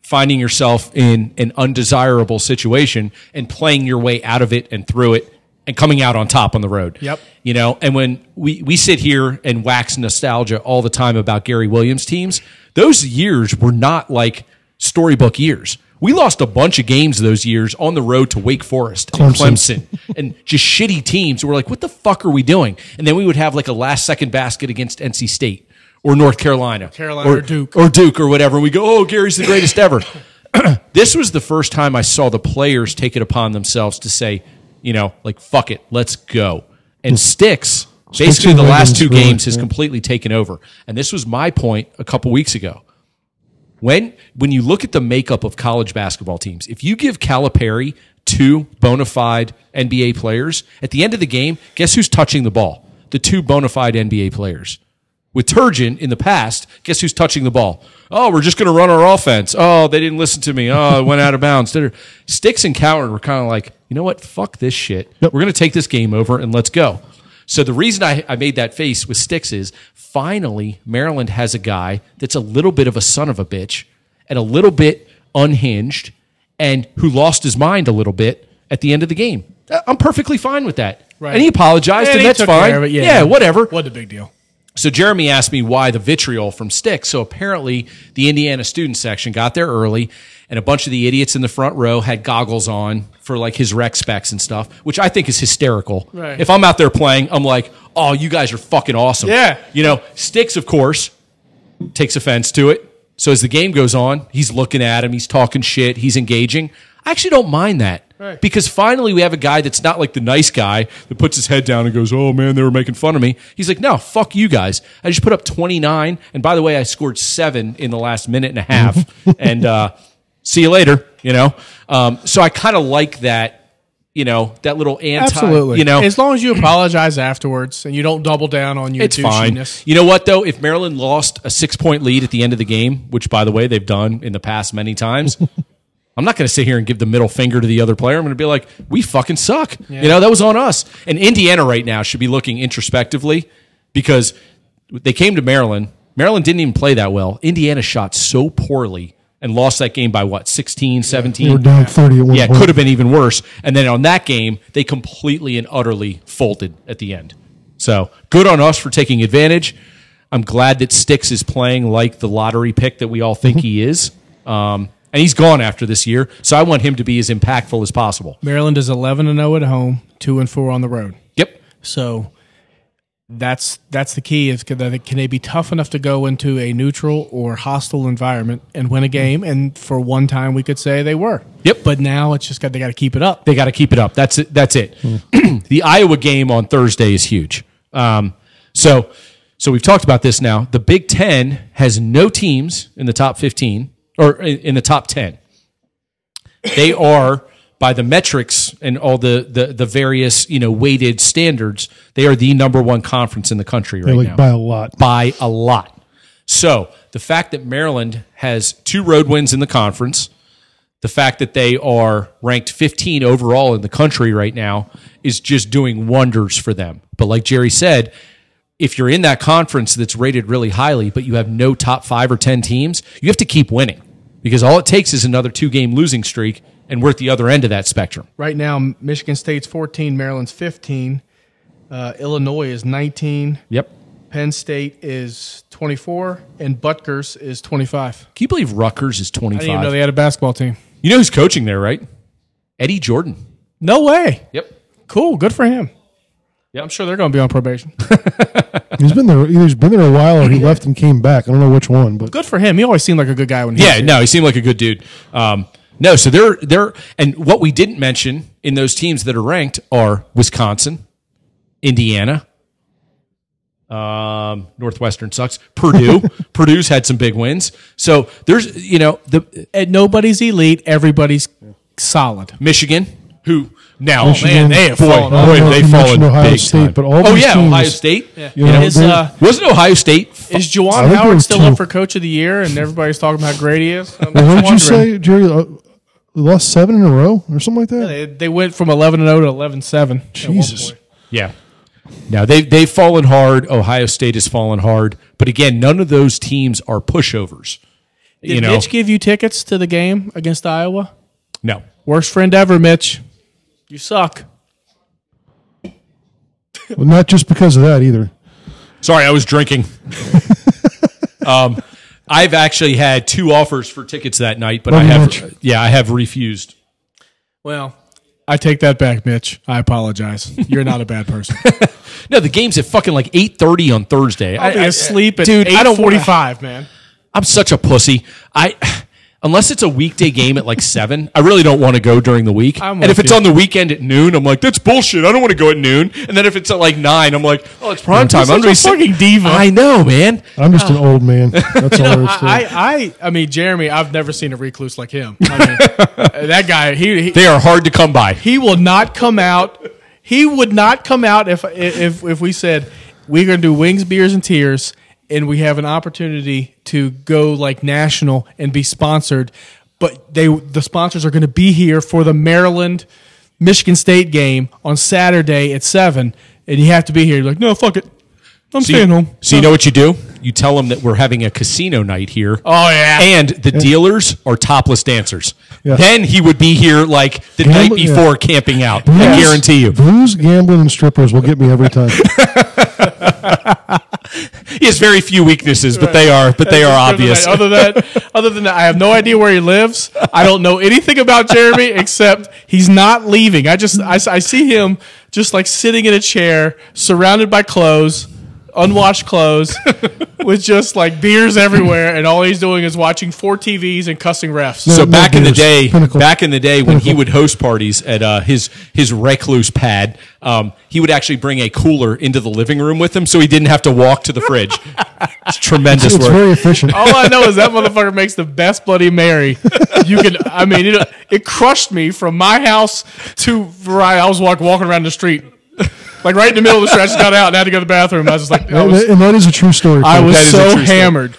finding yourself in an undesirable situation and playing your way out of it and through it and coming out on top on the road. Yep. You know, and when we, we sit here and wax nostalgia all the time about Gary Williams teams, those years were not like storybook years. We lost a bunch of games those years on the road to Wake Forest and Clemson Clemson. and just shitty teams. We're like, what the fuck are we doing? And then we would have like a last second basket against NC State or North Carolina, Carolina or Duke. or Duke or whatever. And we go, oh, Gary's the greatest ever. this was the first time I saw the players take it upon themselves to say, you know, like fuck it, let's go. And sticks basically and the last Wiggins, two really, games has yeah. completely taken over. And this was my point a couple weeks ago when when you look at the makeup of college basketball teams, if you give Calipari two bona fide NBA players at the end of the game, guess who's touching the ball? the two bona fide NBA players. With Turgeon in the past, guess who's touching the ball? Oh, we're just going to run our offense. Oh, they didn't listen to me. Oh, it went out of bounds. They're- Sticks and Coward were kind of like, you know what? Fuck this shit. We're going to take this game over and let's go. So the reason I, I made that face with Sticks is finally Maryland has a guy that's a little bit of a son of a bitch and a little bit unhinged and who lost his mind a little bit at the end of the game. Uh, I'm perfectly fine with that. Right. And he apologized, and, he that's took fine. care of it, yeah. whatever. What the big deal? So Jeremy asked me why the vitriol from Sticks. So apparently the Indiana student section got there early and a bunch of the idiots in the front row had goggles on for like his rec specs and stuff, which I think is hysterical. Right. If I'm out there playing, I'm like, oh, you guys are fucking awesome. Yeah. You know, Sticks, of course, takes offense to it. So as the game goes on, he's looking at him, he's talking shit, he's engaging. I actually don't mind that. Right. Because finally we have a guy that's not like the nice guy that puts his head down and goes, "Oh man, they were making fun of me." He's like, "No, fuck you guys. I just put up 29, and by the way, I scored 7 in the last minute and a half." and uh see you later, you know. Um so I kind of like that, you know, that little anti, Absolutely. you know. as long as you apologize afterwards and you don't double down on your It's fine. douchiness. You know what though? If Maryland lost a six point lead at the end of the game, which by the way they've done in the past many times, I'm not going to sit here and give the middle finger to the other player. I'm going to be like, we fucking suck. You know that was on us. And Indiana right now should be looking introspectively because they came to Maryland. Maryland didn't even play that well. Indiana shot so poorly and lost that game by what 16, 17. They were down 30 at one yeah, it point. could have been even worse. And then on that game, they completely and utterly folded at the end. So good on us for taking advantage. I'm glad that Sticks is playing like the lottery pick that we all think he is. Um, and he's gone after this year, so I want him to be as impactful as possible. Maryland is 11 and 0 at home, 2 and 4 on the road. Yep. So that's that's the key is can they, can they be tough enough to go into a neutral or hostile environment and win a game? And for one time, we could say they were. Yep. But now it's just got they got to keep it up. They got to keep it up. That's it. That's it. the Iowa game on Thursday is huge. Um, so, so we've talked about this now. The Big Ten has no teams in the top fifteen or in, in the top ten. They are by the metrics and all the, the the various you know weighted standards. They are the number one conference in the country right like now by a lot. by a lot. So the fact that Maryland has two road wins in the conference, the fact that they are ranked 15 overall in the country right now is just doing wonders for them. But like Jerry said, if you're in that conference that's rated really highly, but you have no top five or 10 teams, you have to keep winning because all it takes is another two game losing streak, and we're at the other end of that spectrum. Right now, M- Michigan State's 14, Maryland's 15, uh, Illinois is 19, Yep. Penn State is 24, and Butker's is 25. Can you believe Rutgers is I didn't even know 25? they had a basketball team. you know who's coaching there, right? Eddie Jordan. No way. Yep. Cool. Good for him. Yeah. I'm sure they're going to be on probation. He's been there. He's been there a while, or he left and came back. I don't know which one, but Good for him. He always seemed like a good guy when he was Yeah, here. no, he seemed like a good dude. Um, no, so they're they're and what we didn't mention in those teams that are ranked are Wisconsin, Indiana, um, Northwestern sucks. Purdue, Purdue's had some big wins. So there's you know the At nobody's elite. Everybody's solid. Michigan who now Michigan, man they have boy, fallen I don't boy know have if they you fallen mentioned Ohio big State, time. but all oh these yeah Ohio teams- State you know, His, they- uh, wasn't Ohio State f- Is I Juwan think there Howard was still two. up for Coach of the Year? And everybody's talking about how great he is. I'm Well, just what did you wondering. say, Jerry? Uh, we lost seven in a row or something like that. They, they went from 11 and 0 to 11 7. Jesus. Yeah. Now they they've fallen hard. Ohio State has fallen hard, but again, none of those teams are pushovers. Did you know, Mitch give you tickets to the game against Iowa? no. Worst friend ever, Mitch. You suck. Well, not just because of that either. Sorry, I was drinking. um, I've actually had two offers for tickets that night, but I Not have much. yeah, I have refused. Well, I take that back, Mitch. I apologize. You're not a bad person. No, the game's at fucking like eight thirty on Thursday. I'll be asleep at dude, I don't wanna- 8:45, man. I'm such a pussy. I unless it's a weekday game at like seven, I really don't want to go during the week. I'm and if with it's you. on the weekend at noon, I'm like, that's bullshit. I don't want to go at noon. And then if it's at like nine, I'm like, oh, it's prime time. I'm such a gonna be sit- fucking diva. I know, man. I'm just an old man. That's all there is to it. Oh. I, I, I mean, Jeremy, I've never seen a recluse like him. I mean, that guy, he, he They are hard to come by. he will not come out. He would not come out if if if we said we're going to do wings, beers, and tears, and we have an opportunity to go like national and be sponsored. But they the sponsors are going to be here for the Maryland Michigan State game on Saturday at seven, and you have to be here. You're like, no, fuck it, I'm So staying you, home. So you know what you do? You tell them that we're having a casino night here. Oh, yeah. And the dealers are topless dancers. Yeah. Then he would be here like the night Gamble- yeah. before camping out. I Booze- guarantee you. Booze, gambling, and strippers will get me every time. He has very few weaknesses, but they are but they are obvious. Other than that, other than that, I have no idea where he lives. I don't know anything about Jeremy except he's not leaving. I just I, I see him just like sitting in a chair, surrounded by clothes, unwashed clothes, with just like beers everywhere, and all he's doing is watching four TVs and cussing refs. So No, no back in the beers. day, Pinnacle. back in the day when he would host parties at uh, his his recluse pad, um, he would actually bring a cooler into the living room with him, so he didn't have to walk to the fridge. It's tremendous it's work. very efficient. All I know is that motherfucker makes the best Bloody Mary. You can, I mean, it, it crushed me from my house to where I was walk, walking around the street. Like right in the middle of the street, I just got out and had to go to the bathroom. I was just like, I And was, that- and that is a true story. I folks. was That is a so true story. hammered.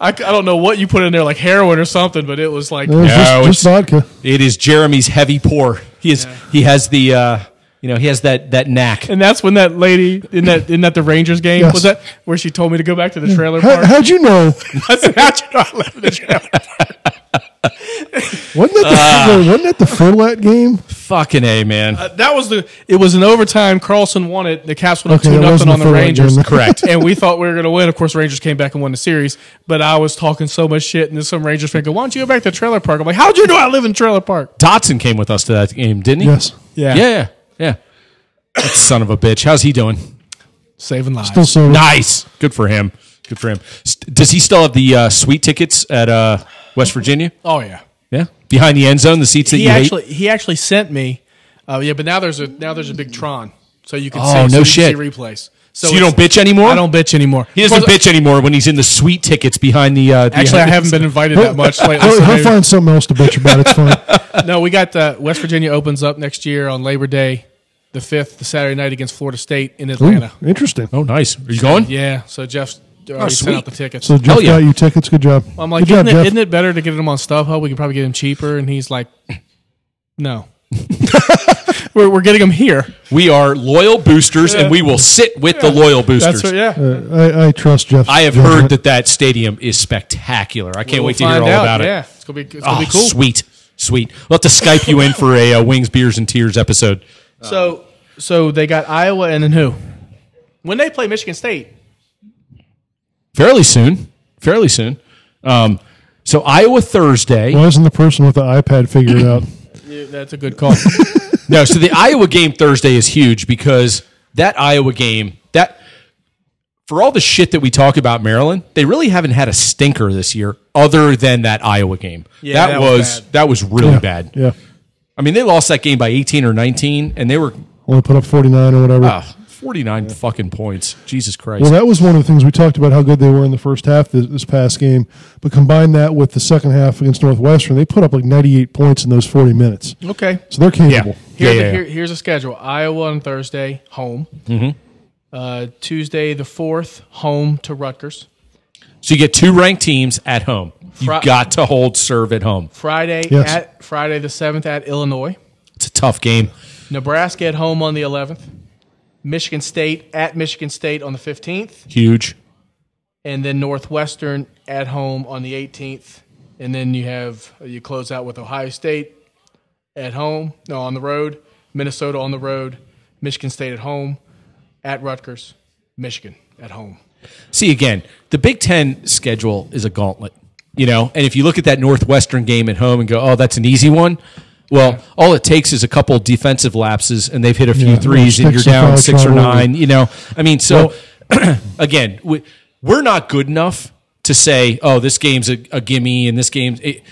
I, c- I don't know what you put in there, like heroin or something, but it was like, It was just- No, just, vodka. It is Jeremy's heavy pour. He is he has the uh, you know he has that that knack. and that's when that lady in that in that the Rangers game Yes. was that where she told me to go back to the trailer How, park. how'd you know? I said, "How'd you know I left the trailer?" Wasn't that the, Ah. wasn't that the Furlat game? Fucking a man. Uh, That was the. It was an overtime. Carlson won it. The Caps went up Okay, two that nothing wasn't on the the Furlan Rangers. game. Correct. and we thought we were going to win. Of course, Rangers came back and won the series. But I was talking so much shit, and then some Rangers fan go, "Why don't you go back to trailer park?" I'm like, "How'd you know I live in trailer park?" Dotson came with us to that game, didn't he? Yes. Yeah. Yeah. Yeah. That son of a bitch. How's he doing? saving lives. Still sober. Nice. Good for him. Good for him. S- Does he still have the uh, sweet tickets at uh, West Virginia? oh yeah. Yeah. Behind the end zone, the seats that He you hate? actually he actually sent me. Uh, yeah, but now there's a now there's a big Tron, so you can Oh, see, so no you can shit. see replays. So you it's- don't bitch anymore? I don't bitch anymore. He doesn't bitch anymore when he's in the sweet tickets behind the. Uh, the Actually, I haven't been invited that much lately. He'll, so he'll maybe- find something else to bitch about. It's fine. no, we got uh, West Virginia opens up next year on Labor Day, the fifth, the Saturday night against Florida State in Atlanta. Ooh, interesting. Oh, nice. Are you going? Yeah, so Jeff's already sweet. sent out the tickets. So Jeff Hell Oh, yeah. got you tickets. Good job. I'm like, Good job, isn't, it, Jeff. isn't it better to get them on StubHub? We can probably get them cheaper. And he's like, no. we're, we're getting them here. We are loyal boosters, and we will sit with the loyal boosters. That's what, yeah. Uh, I, I trust Jeff. I have heard that that stadium is spectacular. I can't We'll wait to hear find all out. about it. Yeah, it's going to be, it's Oh, gonna be cool. sweet, sweet. We'll have to Skype you in for a uh, wings, beers, and tears episode. So, so they got Iowa and then who? When they play Michigan State, fairly soon. Fairly soon. Um, so Iowa Thursday. Why isn't the person with the iPad figured out? yeah, that's a good call. No, so the Iowa game Thursday is huge because that Iowa game that for all the shit that we talk about Maryland, they really haven't had a stinker this year other than that Iowa game. Yeah, that, that was was, bad. that was really bad. Yeah. I mean, they lost that game by 18 or 19 and they were Only put up 49 or whatever. uh, 49 fucking points. Jesus Christ. Well, that was one of the things we talked about how good they were in the first half this, this past game, but combine that with the second half against Northwestern, they put up like 98 points in those 40 minutes. okay. So they're capable. Here, Yeah, Mm-hmm. yeah, here, here's a schedule: Iowa on Thursday, home. Uh, Tuesday the fourth, home to Rutgers. so you get two ranked teams at home. You Fri- got to hold serve at home. Friday Yes. at Friday the seventh at Illinois. It's a tough game. Nebraska at home on the eleventh. Michigan State at Michigan State on the fifteenth, Huge. and then Northwestern at home on the eighteenth, and then you have you close out with Ohio State at home, no on the road, Minnesota on the road, Michigan State at home, at Rutgers, Michigan at home. see again the big 10 schedule is a gauntlet you know and if you look at that northwestern game at home and go oh that's an easy one well all it takes is a couple defensive lapses and they've hit a few Yeah, threes and you're sticks and down fouls six or all over. nine you know i mean so again we, we're not good enough to say oh this game's a, a gimme and this game's it,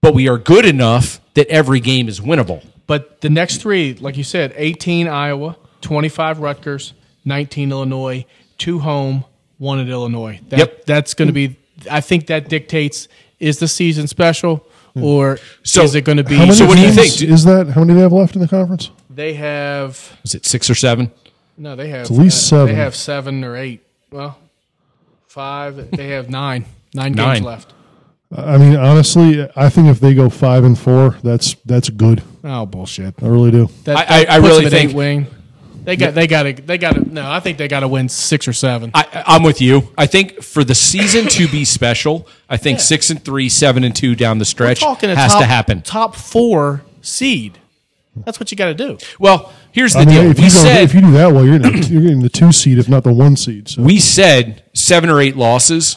but we are good enough that every game is winnable But the next three, like you said, 18 Iowa, 25 Rutgers, 19 Illinois, two home, one at Illinois. That, Yep. That's going to be, I think that dictates is the season special or So, is it going to be. How many So what do you games think? Is that how many they have left in the conference? They have Is it six or seven? no. They have uh, at least They seven. have seven or eight. Well, five. They have nine. Nine, Nine. games left. I mean, honestly, I think if they go five and four, that's that's good. Oh bullshit. I really do. That, I- I- that I puts really them at eight think- wing. They got. They got to. They got to. No, I think they got to win six or seven. I, I'm with you. I think for the season to be special, I think six and three, seven and two down the stretch has talking a top, to happen. Top four seed. That's what you got to do. Well, here's the I mean, deal. if We you go, said if you do that well, you're getting, you're getting the two seed, if not the one seed. So we said seven or eight losses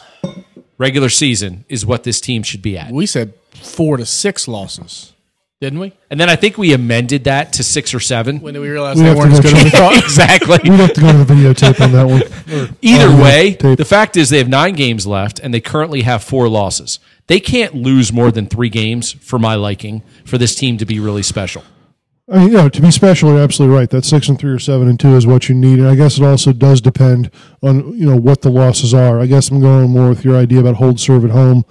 regular season is what this team should be at. We said four to six losses, didn't we? And then I think we amended that to six or seven. When we realized We they have to weren't as go good as we check. thought. exactly. we'd have to go to the videotape on that one. Or- Either or way, tape. the fact is they have nine games left and they currently have four losses. They can't lose more than three games for my liking for this team to be really special. I mean, you know, to be special, you're absolutely right. That six and three or seven and two is what you need, and I guess it also does depend on you know what the losses are. I guess I'm going more with your idea about hold serve at home,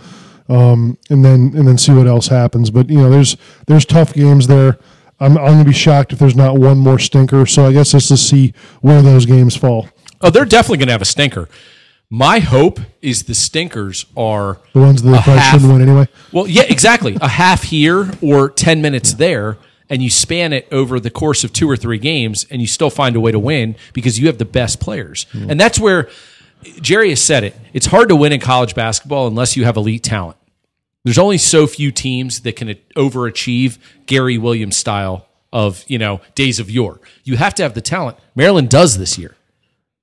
um, and then and then see what else happens. But you know, there's there's tough games there. I'm, I'm going to be shocked if there's not one more stinker. So I guess let's just see where those games fall. Oh, they're definitely going to have a stinker. My hope is the stinkers are The ones that they a probably half- shouldn't win anyway. Well, yeah, exactly. a half here or 10 minutes there, and you span it over the course of two or three games, and you still find a way to win because you have the best players. And that's where Jerry has said it. It's hard to win in college basketball unless you have elite talent. There's only so few teams that can overachieve Gary Williams style of, you know, days of yore. You have to have the talent. Maryland does this year.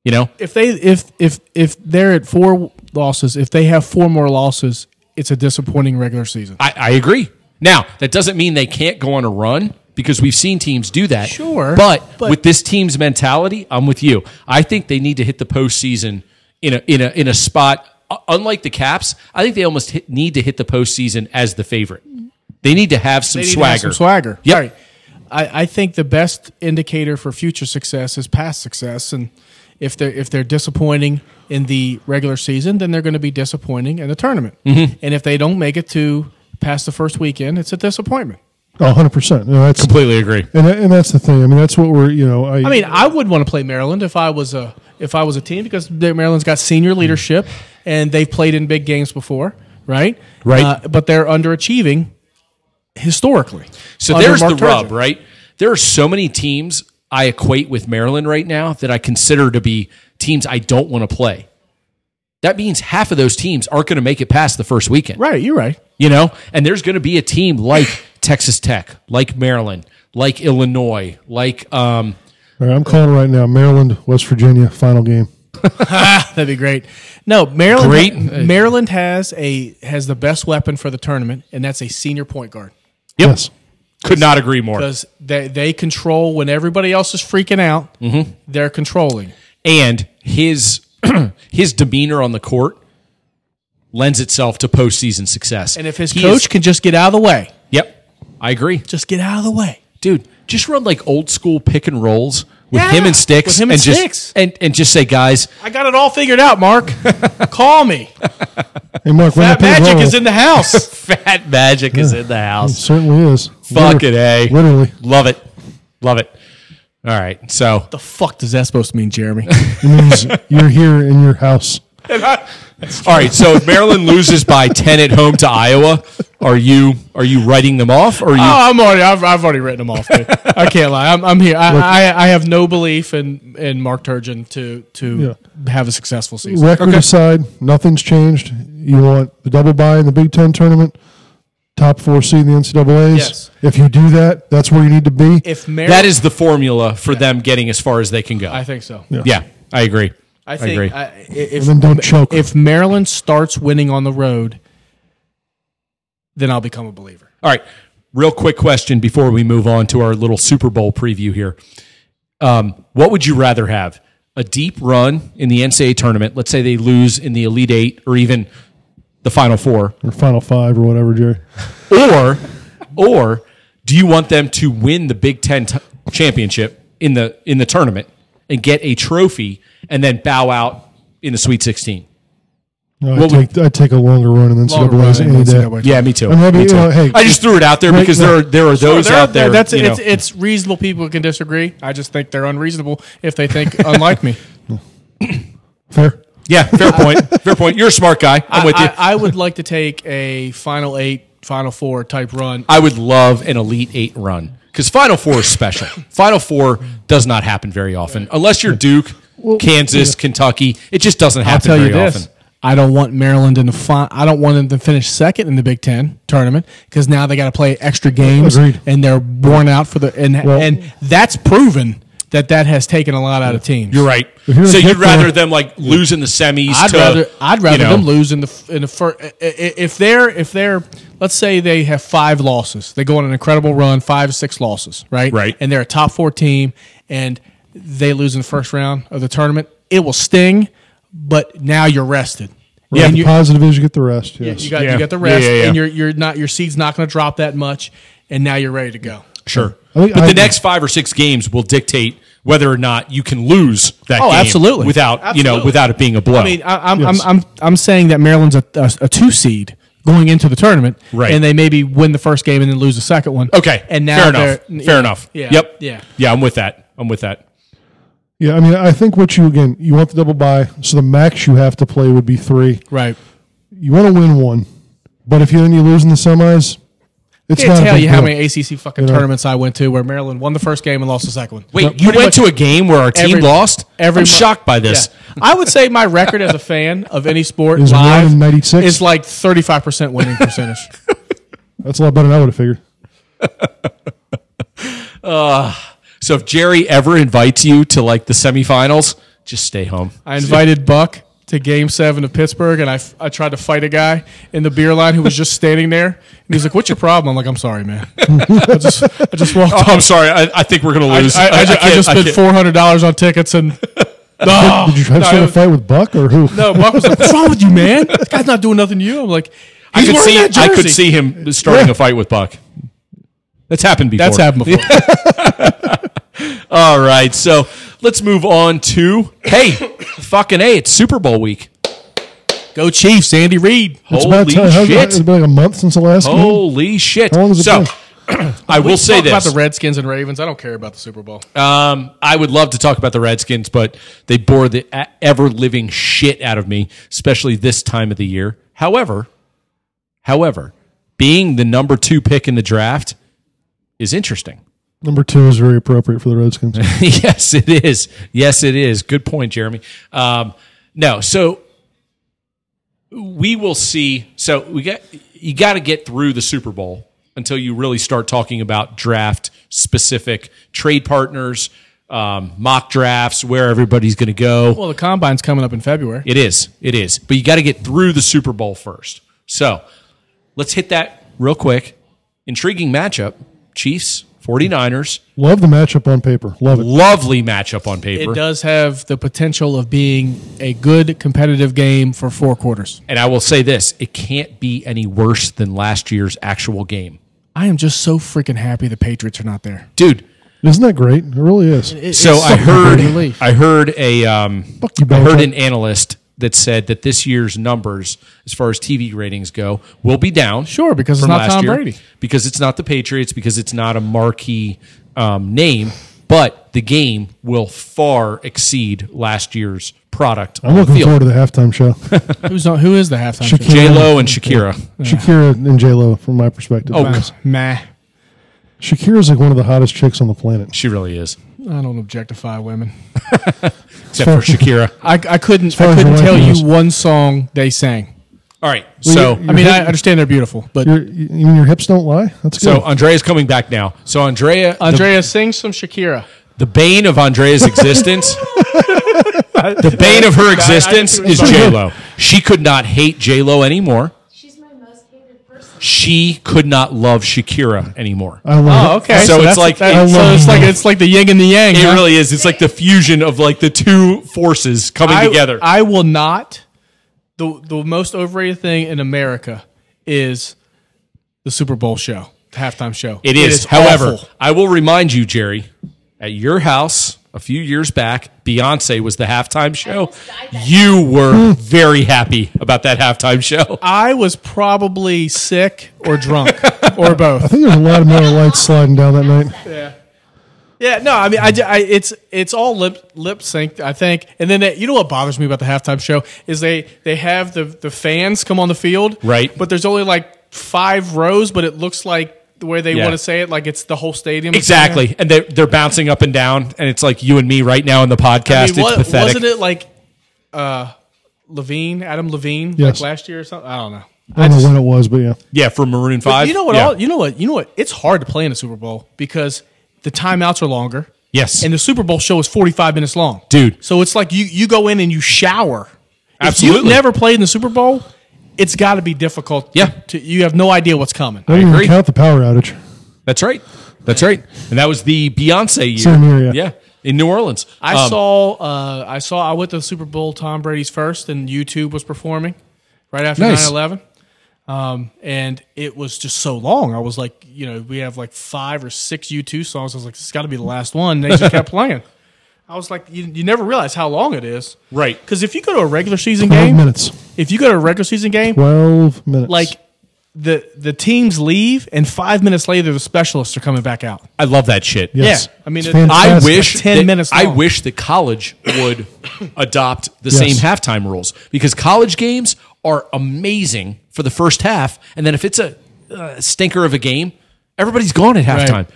You know, if they if if if they're at four losses, if they have four more losses, it's a disappointing regular season. I, I agree. Now, that doesn't mean they can't go on a run because we've seen teams do that. Sure, But, but- with this team's mentality, I'm with you. I think they need to hit the postseason in a in a in a spot u- unlike the Caps. I think they almost hit, need to hit the postseason as the favorite. They need to have some They need to have swagger. some swagger. Yep. Sorry. I, I think the best indicator for future success is past success, and if they're if they're disappointing in the regular season, then they're going to be disappointing in the tournament. And if they don't make it to past the first weekend, it's a disappointment. Oh, 100 percent. That's Completely agree. and that, and that's the thing. I mean, that's what we're you know. I, I mean, I would want to play Maryland if I was a if I was a team because they- Maryland's got senior leadership and they've played in big games before, Mm-hmm. right? Uh, Right. but they're underachieving historically. So under there's Mark the Turgeon. rub, right? There are so many teams I equate with Maryland right now that I consider to be teams I don't want to play. That means half of those teams aren't going to make it past the first weekend. Right, you're right. you know and there's going to be a team like texas tech like maryland like illinois like um all right, I'm calling right now. Maryland, West Virginia, final game. That'd be great. No, Maryland. Great. Maryland has a has the best weapon for the tournament, and that's a senior point guard Yes. could not agree more because they they control when everybody else is freaking out. Mm-hmm. They're controlling. and his his demeanor on the court lends itself to postseason success And if his He coach is- can just get out of the way, yep i agree just get out of the way. dude just run like old school pick and rolls with Yeah, him and sticks with him and just Sticks. and and just say guys I got it all figured out, Mark. Call me. Hey, Mark, when That that page magic rolls- is in the house. fat magic is in the It house certainly is. fuck it Liter- a Literally. love it love it all right so the fuck does that supposed to mean, Jeremy? Oh, It means you're here in your house. All right, so if Maryland loses by ten at home to Iowa, are you are you writing them off? Or are you? Oh, I'm already. I've, I've already written them off. Dude. I can't lie. I'm, I'm here. I, I, I have no belief in, in Mark Turgeon to to have a successful season. Record aside, nothing's changed. You want the double bye in the Big Ten tournament, top four seed in the NCAA's. Yes. If you do that, that's where you need to be. If Maryland, that is the formula for them getting as far as they can go. I think so. yeah, I agree. I think agree. I, i- if then don't choke. if Maryland starts winning on the road, then I'll become a believer. All right, real quick question before we move on to our little Super Bowl preview here. Um, what would you rather have? A deep run in the NCAA tournament. Let's say they lose in the Elite Eight or even the Final Four, or Final Five or whatever, Jerry. or or do you want them to win the Big Ten t- championship in the in the tournament and get a trophy and then bow out in the Sweet Sixteen? No, What I'd, take, I'd take a longer run and then Longer CWA 's run any and day. NCAA. Yeah, me too. I'm happy, Me you too. know, hey, I just threw it out there because there are there are those Sure, they're- out there. That's you know. it's, it's reasonable people can disagree. I just think they're unreasonable if they think unlike me. Fair. yeah, fair point. Fair point. You're a smart guy. I'm with you. I, I would like to take a final eight, final four type run. I would love an Elite Eight run because Final Four is special. Final Four does not happen very often unless you're Duke, Kansas, Kentucky. It just doesn't I'll happen tell very you this. often. I don't want Maryland in the fi- I don't want them to finish second in the Big Ten tournament because now they got to play extra games Agreed. and they're worn out for the and Well- and that's proven that that has taken a lot out of teams. You're right. you're So in you'd Pittsburgh- rather them like lose in the semis. I'd to, rather I'd rather you know, them lose in the in the first if they're if they're let's say they have five losses they go on an incredible run five six losses right Right. and they're a top four team and they lose in the first round of the tournament it will sting but now you're rested Yeah, and the you, positive is you get the rest. yeah, Yes. you got Yeah. you got the Yeah, rest yeah, yeah. and you're you're not your seed's not going to drop that much and now you're ready to go Sure. I think but I- the next five or six games will dictate whether or not you can lose that Oh, game absolutely. without you know Absolutely. without it being a blow. I mean, I, I'm, Yes. I'm, I'm, I'm saying that Maryland's a, a, a two seed going into the tournament, Right. And they maybe win the first game and then lose the second one. okay. and fair now enough. they're- Fair yeah, enough. Yeah, Yep. yeah. Yeah, I'm with that. I'm with that. Yeah, I mean, I think what you again, you want the double bye, so the max you have to play would be three. Right. You want to win one, but if you then you lose in the semis, it's Can't not a tell big you how deal. many ACC fucking know. tournaments I went to where Maryland won the first game and lost the second one. Wait, Pretty you went much to a game where our team every- lost? every I'm mo- shocked by this. Yeah. I would say my record as a fan of any sport Is one live in 96? is like thirty five percent winning percentage. That's a lot better than I would have figured. So if Jerry ever invites you to like the semifinals, just stay home. I invited Buck to Game Seven of Pittsburgh, and I, f- I tried to fight a guy in the beer line who was just standing there, and he was like, "What's your problem?" I'm like, "I'm sorry, man. I just I just walked Oh, off. I'm sorry. I, I think we're going to I, lose. I, I, ju- I can't- just I spent can't- four hundred dollars on tickets and." Oh, Did you try to no, start it a was- fight with Buck or who? No, Buck was like, "What's wrong with you, man? This guy's not doing nothing to you." I'm like, I "He's could wearing see. that I could jersey." see him starting a fight with Buck. That's happened before. That's happened before. All right. So let's move on to hey, fucking a. It's Super Bowl week. Go Chiefs, Andy Reed. Holy it's about time. How's that- shit! It's been like a month since the last game. Holy shit! How long has it so been? I will say Talk this about the Redskins and Ravens. I don't care about the Super Bowl. Um, I would love to talk about the Redskins, but they bore the a- ever living shit out of me, especially this time of the year. However, however, being the number two pick in the draft is interesting. Number two is very appropriate for the Redskins. yes, it is. Yes, it is. Good point, Jeremy. Um, no, so we will see. So we got you got to get through the Super Bowl until you really start talking about draft specific trade partners, um, mock drafts, where everybody's going to go. Well, the combine's coming up in February. It is. It is. But you got to get through the Super Bowl first. So let's hit that real quick. Intriguing matchup Chiefs, 49ers. Love the matchup on paper. Love it. Lovely matchup on paper. It does have the potential of being a good competitive game for four quarters. And I will say this it can't be any worse than last year's actual game. I am just so freaking happy the Patriots are not there. Dude, Isn't that great? It really is. so It's I heard relief. I heard a um, Fuck you, I heard Belichick. an analyst that said that this year's numbers, as far as TV ratings go, will be down. Sure, because it's from not last Tom Brady. Because it's not the Patriots. Because it's not a marquee um, name. But the game will far exceed last year's product I'm on the looking field. forward to the halftime show. Who's on, who is the halftime? Shakira. show? J Lo and Shakira. Shakira and J Lo, from my perspective. Oh, Because Meh. Shakira's like one of the hottest chicks on the planet. She really is. I don't objectify women. Except for Shakira. I, I couldn't far I as couldn't the tell wife you goes. one song they sang. All right. So you- I mean, I understand they're beautiful, but Your, you you mean your hips don't lie? That's so good. Andrea's coming back now. So Andrea, the, Andrea sing some Shakira. the bane of Andrea's existence, the bane of her existence is J Lo. She could not hate J Lo anymore. She's my most hated person. She could not love Shakira anymore. I love it. So it's like- that, Oh, so I it's love- like it's like the yin and the yang. It huh? really is. It's like the fusion of like the two forces coming I, together. I will not. The the most overrated thing in America is the Super Bowl show, the halftime show. it is. However, awful. I will remind you, Jerry, at your house a few years back, Beyonce was the halftime show. almost died that You were very happy about that halftime show. I was probably sick or drunk or both. I think there's a lot of Miller Lights sliding down that night. Yeah, no, I mean, I, I- it's it's all lip lip synced, I think. And then they, you know what bothers me about the halftime show is they they have the the fans come on the field, Right. But there's only like five rows, but it looks like the way they Yeah. want to say it, like it's the whole stadium. Exactly. And they're, they're bouncing up and down, and it's like you and me right now in the I podcast. mean, wa- it's pathetic. wasn't it like uh, Levine, Adam Levine, Yes. like last year or something? I don't know. I don't know when it was, but yeah. Yeah, for Maroon Five. you know what? Yeah. All, you know what? You know what? It's hard to play in a Super Bowl because the timeouts are longer. Yes. and the Super Bowl show is forty five minutes long, Dude. So it's like you you go in and you shower. If Absolutely. you've never played in the Super Bowl, it's got to be difficult. Yeah. to, you have no idea what's coming. I didn't agree. even count the power outage. That's right. That's right. And that was the Beyonce year. Same year, yeah. in New Orleans. I Um, saw uh, I saw I went to the Super Bowl Tom Brady's first, and YouTube was performing right after Nice. 9-11. Um, and it was just so long. I was like, you know, we have like five or six U2 songs. I was like, it's got to be the last one. And they just kept playing. I was like, you, you never realize how long it is. Right. Because if you go to a regular season 12 game, minutes. if you go to a regular season game, 12 minutes. like the the teams leave, and five minutes later, the specialists are coming back out. I love that shit. Yeah. Yes. Yeah, I mean, It's it, I Fantastic. wish Like 10 that- minutes I long. wish the college would adopt the Yes. same halftime rules because college games are amazing for the first half, and then if it's a uh, stinker of a game, everybody's gone at halftime.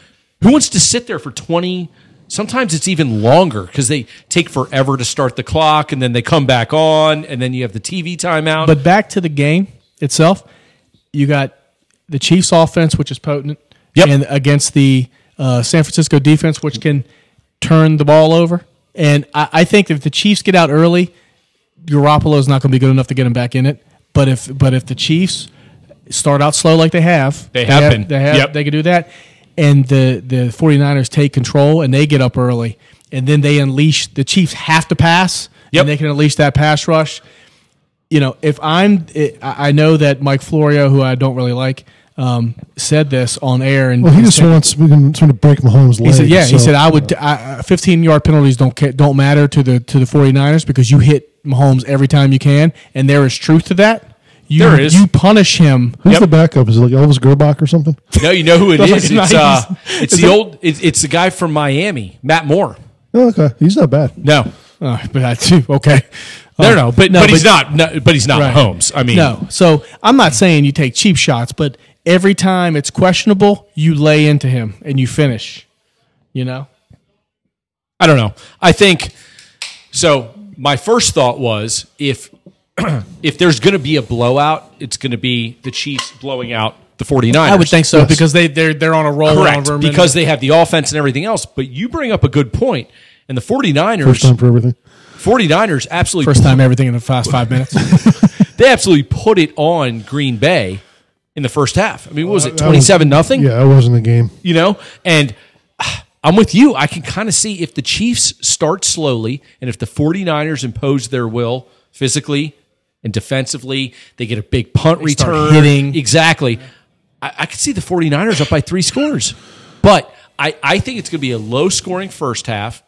Who wants to sit there for twenty? Sometimes it's even longer because they take forever to start the clock, and then they come back on, and then you have the TV timeout. But back to the game itself, you got the Chiefs' offense, which is potent, Yep. and against the uh, San Francisco defense, which can turn the ball over. And I, I think if the Chiefs get out early, Garoppolo is not going to be good enough to get him back in it. But if but if the Chiefs start out slow like they have, They have been. they have, Yep. they can do that. And the the 49ers take control and they get up early, and then they unleash. The Chiefs have to pass, Yep. and they can unleash that pass rush you know, if I'm, it, I I know that Mike Florio, who I don't really like, um, said this on air, and well, he and just said- wants we can sort of break Mahomes' leg. he said, yeah, so- he said I would, I, I- 15 yard penalties don't ca- don't matter to the to the 49ers because you hit Mahomes every time you can, and there is truth to that. You, There is. You punish him. Who's the backup? Is it like Elvis Gerbach or something? No, you know who it is. Like It's uh, nice. it's the old. It's, it's the guy from Miami, Matt Moore. Oh, okay. He's not bad. No, Uh, but I too okay. no, Uh, no, but but he's not. No, but he's not Right. Holmes. I mean, no. So I'm not saying you take cheap shots, but every time it's questionable, you lay into him and you finish. You know. I don't know. I think so. My first thought was if if there's going to be a blowout, it's going to be the Chiefs blowing out the 49ers. I would think so because they they're they're on a roll. correct on Vermin. because they have the offense and everything else. But you bring up a good point, and the 49ers, First time for everything. 49ers absolutely first time everything in the past five minutes. they absolutely put it on Green Bay in the first half. I mean, what was it, that was- 27 nothing? Yeah, it wasn't a game. You know? And ah, I'm with you. I can kind of see if the Chiefs start slowly and if the 49ers impose their will physically and defensively, they get a big punt start return. hitting. Exactly. I, I could see the 49ers up by three scores. But I, I think it's going to be a low scoring first half,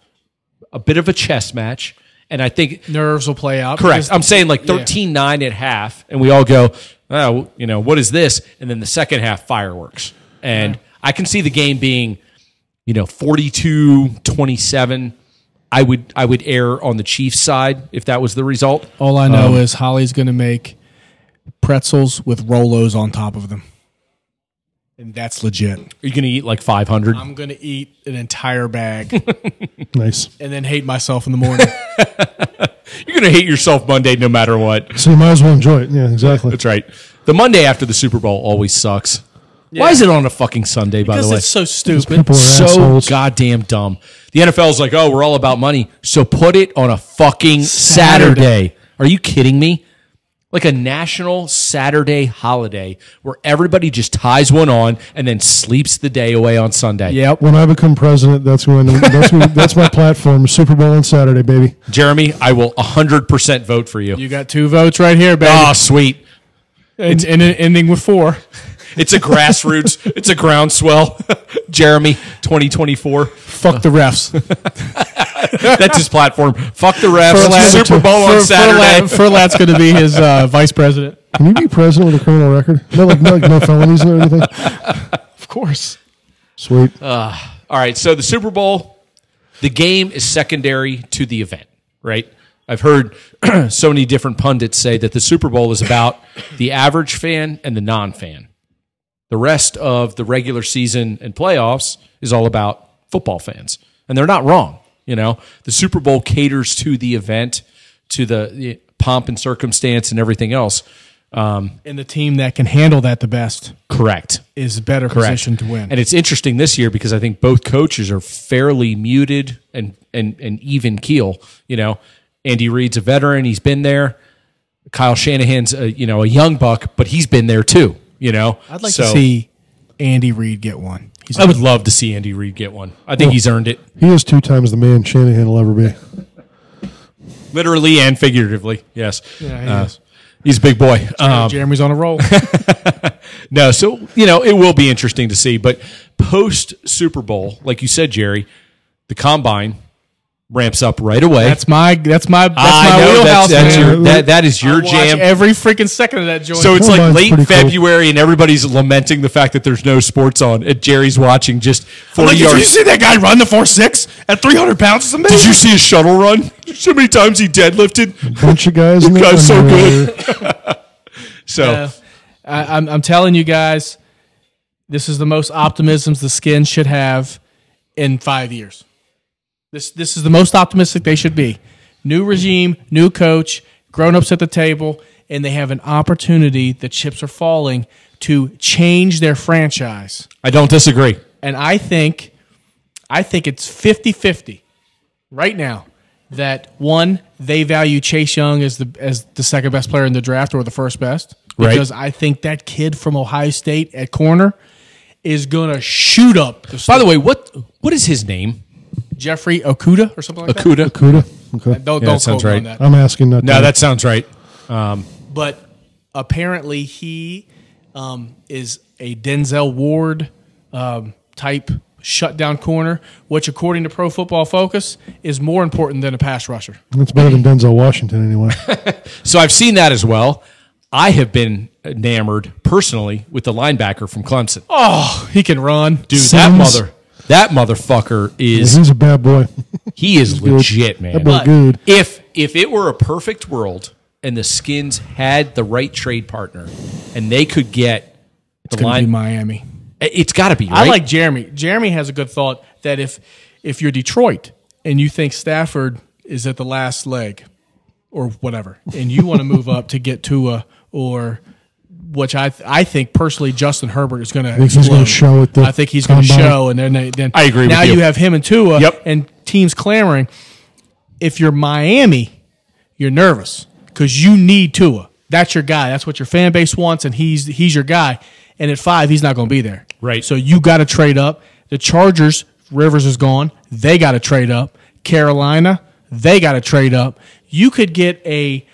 a bit of a chess match. And I think Nerves will play out. Correct. because I'm saying like 13 9 at half, and we all go, oh, you know, what is this? And then the second half, fireworks. And I can see the game being, you know, 42 27. I would I would err on the Chiefs side if that was the result. All I know is Holly's going to make pretzels with Rolos on top of them, and that's legit. Are you going to eat like 500? I'm going to eat an entire bag Nice. and then hate myself in the morning. You're going to hate yourself Monday no matter what. So you might as well enjoy it. Yeah, exactly. That's right. The Monday after the Super Bowl always sucks. Why is it on a fucking Sunday, by the because way? it's so stupid. People are so assholes. goddamn dumb. The NFL's like, oh, we're all about money, so put it on a fucking Saturday. Are you kidding me? Like a national Saturday holiday where everybody just ties one on and then sleeps the day away on Sunday. Yep. When I become president, that's when that's when, that's my platform. Super Bowl on Saturday, baby. Jeremy, I will 100% vote for you. You got two votes right here, baby. Ah, sweet. and, and it ending with four. It's a grassroots, it's a groundswell. Jeremy, 2024. Fuck the refs. That's his platform. Fuck the refs. Super Bowl on Furlat- Saturday. Furlat's going to be his uh, vice president. Can you be president with a criminal record? No, like no, like, no felonies or anything. Of course. Sweet. Uh, All right, so the Super Bowl, the game is secondary to the event, right? I've heard so many different pundits say that the Super Bowl is about the average fan and the non fan. The rest of the regular season and playoffs is all about football fans. And they're not wrong. You know, the Super Bowl caters to the event, to the, the pomp and circumstance and everything else. Um, And the team that can handle that the best correct. is better Correct. positioned to win. And it's interesting this year because I think both coaches are fairly muted and and and even keel. You know, Andy Reid's a veteran; he's been there. Kyle Shanahan's a, you know a young buck, but he's been there too. You know, I'd like to see Andy Reid get one. He's I would love to see Andy Reid get one. I think he's earned it, He is two times the man Shanahan will ever be. literally and figuratively. Yes, Uh, Yeah, he is. he's a big boy. Um, Jeremy's on a roll. No, so you know it will be interesting to see. But post Super Bowl, like you said, Jerry, the combine ramps up right away. that's my that's my that's I my know wheelhouse. that's, that's man. your that, that is your I watch jam. every freaking second of that joint. so it's like Combine's late pretty cool. February and everybody's lamenting the fact that there's no sports on and Jerry's watching just 40 yards. that guy run the four six at three hundred pounds? It's amazing. Did you see his shuttle run? So many times he deadlifted. Bunch of guys. in You their guys so underwear. So I, I'm, I'm telling you guys, this is the most optimisms the skin should have in five years. This this is the most optimistic they should be. New regime, new coach, grown ups at the table, and they have an opportunity. The chips are falling to change their franchise, I don't disagree. and I think, I think it's 50-50 right now. That one, they value Chase Young as the as the second best player in the draft or the first best Right. because I think that kid from Ohio State at corner is gonna shoot up. The By the way, what what is his name? Jeffrey Okuda or something like that. Akuda. Cuda. Okay. Don't Yeah, that don't sounds quote me right. on that. I'm asking not No, to- that sounds right. But apparently he um, is a Denzel Ward um, type shutdown corner, which according to Pro Football Focus is more important than a pass rusher. That's better than Denzel Washington anyway. So I've seen that as well. I have been enamored personally with the linebacker from Clemson. Oh, he can run. Dude, that Sims. mother that motherfucker is He's a bad boy. He is legit, That man. boy But good. If if it were a perfect world and the skins had the right trade partner and they could get the It's gonna be line, Miami. it's got to be. I Right? like Jeremy. Jeremy has a good thought that if if you're Detroit and you think Stafford is at the last leg or whatever, and you want to move up to get Tua or which I th- I think personally Justin Herbert is going to he's gonna show at the I think he's going to combine. show, and then they- then I agree with Now you. you have him and Tua, Yep. and teams clamoring. If you're Miami, you're nervous because you need Tua. That's your guy. That's what your fan base wants, and he's he's your guy. And at five, he's not going to be there. Right. So you got to trade up. The Chargers, Rivers is gone. They got to trade up. Carolina, they got to trade up. You could get a.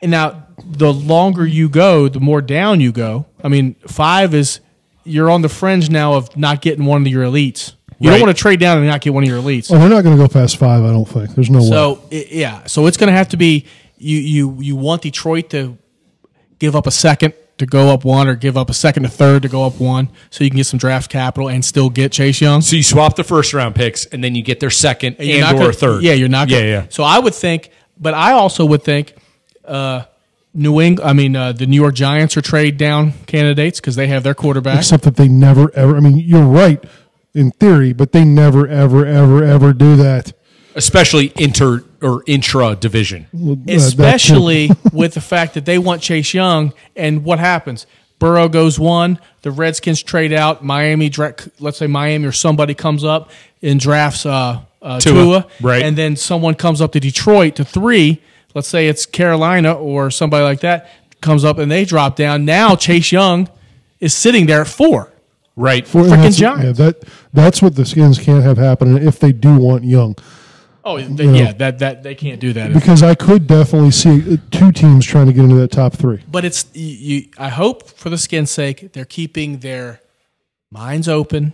And now, the longer you go, the more down you go. I mean, five is you're on the fringe now of not getting one of your elites. You Right. don't want to trade down and not get one of your Oh, elites. we're not going to go past five. I don't think. There's no way. So i yeah, so it's going to have to be you you you want Detroit to give up a second to go up one, or give up a second to third to go up one, so you can get some draft capital and still get Chase Young. so you swap the first round picks and then you get their second and, You're not or gonna- third. Yeah, you're not. Yeah, Gonna, yeah. So I would think, but I also would think, uh, New England. I mean, uh, the New York Giants are trade down candidates because they have their quarterback. Except that they never ever. I mean, you're right in theory, but they never ever ever ever do that. Especially inter or intra division. Uh, that- especially with the fact that they want Chase Young. And what happens? Burrow goes one. The Redskins trade out. Miami, dra- let's say Miami or somebody comes up and drafts uh, uh, Tua, Tua, right. And then someone comes up to Detroit to three. Let's say it's Carolina or somebody like that comes up and they drop down. Now Chase Young is sitting there at four. Right. Well, and Frickin' that's- Giants. Yeah, that that's what the skins can't have happen if they do want young. Oh, they, yeah. that that they can't do that. Because I could definitely see uh, two teams trying to get into that top three. but it's you, you I hope for the skin's sake they're keeping their minds open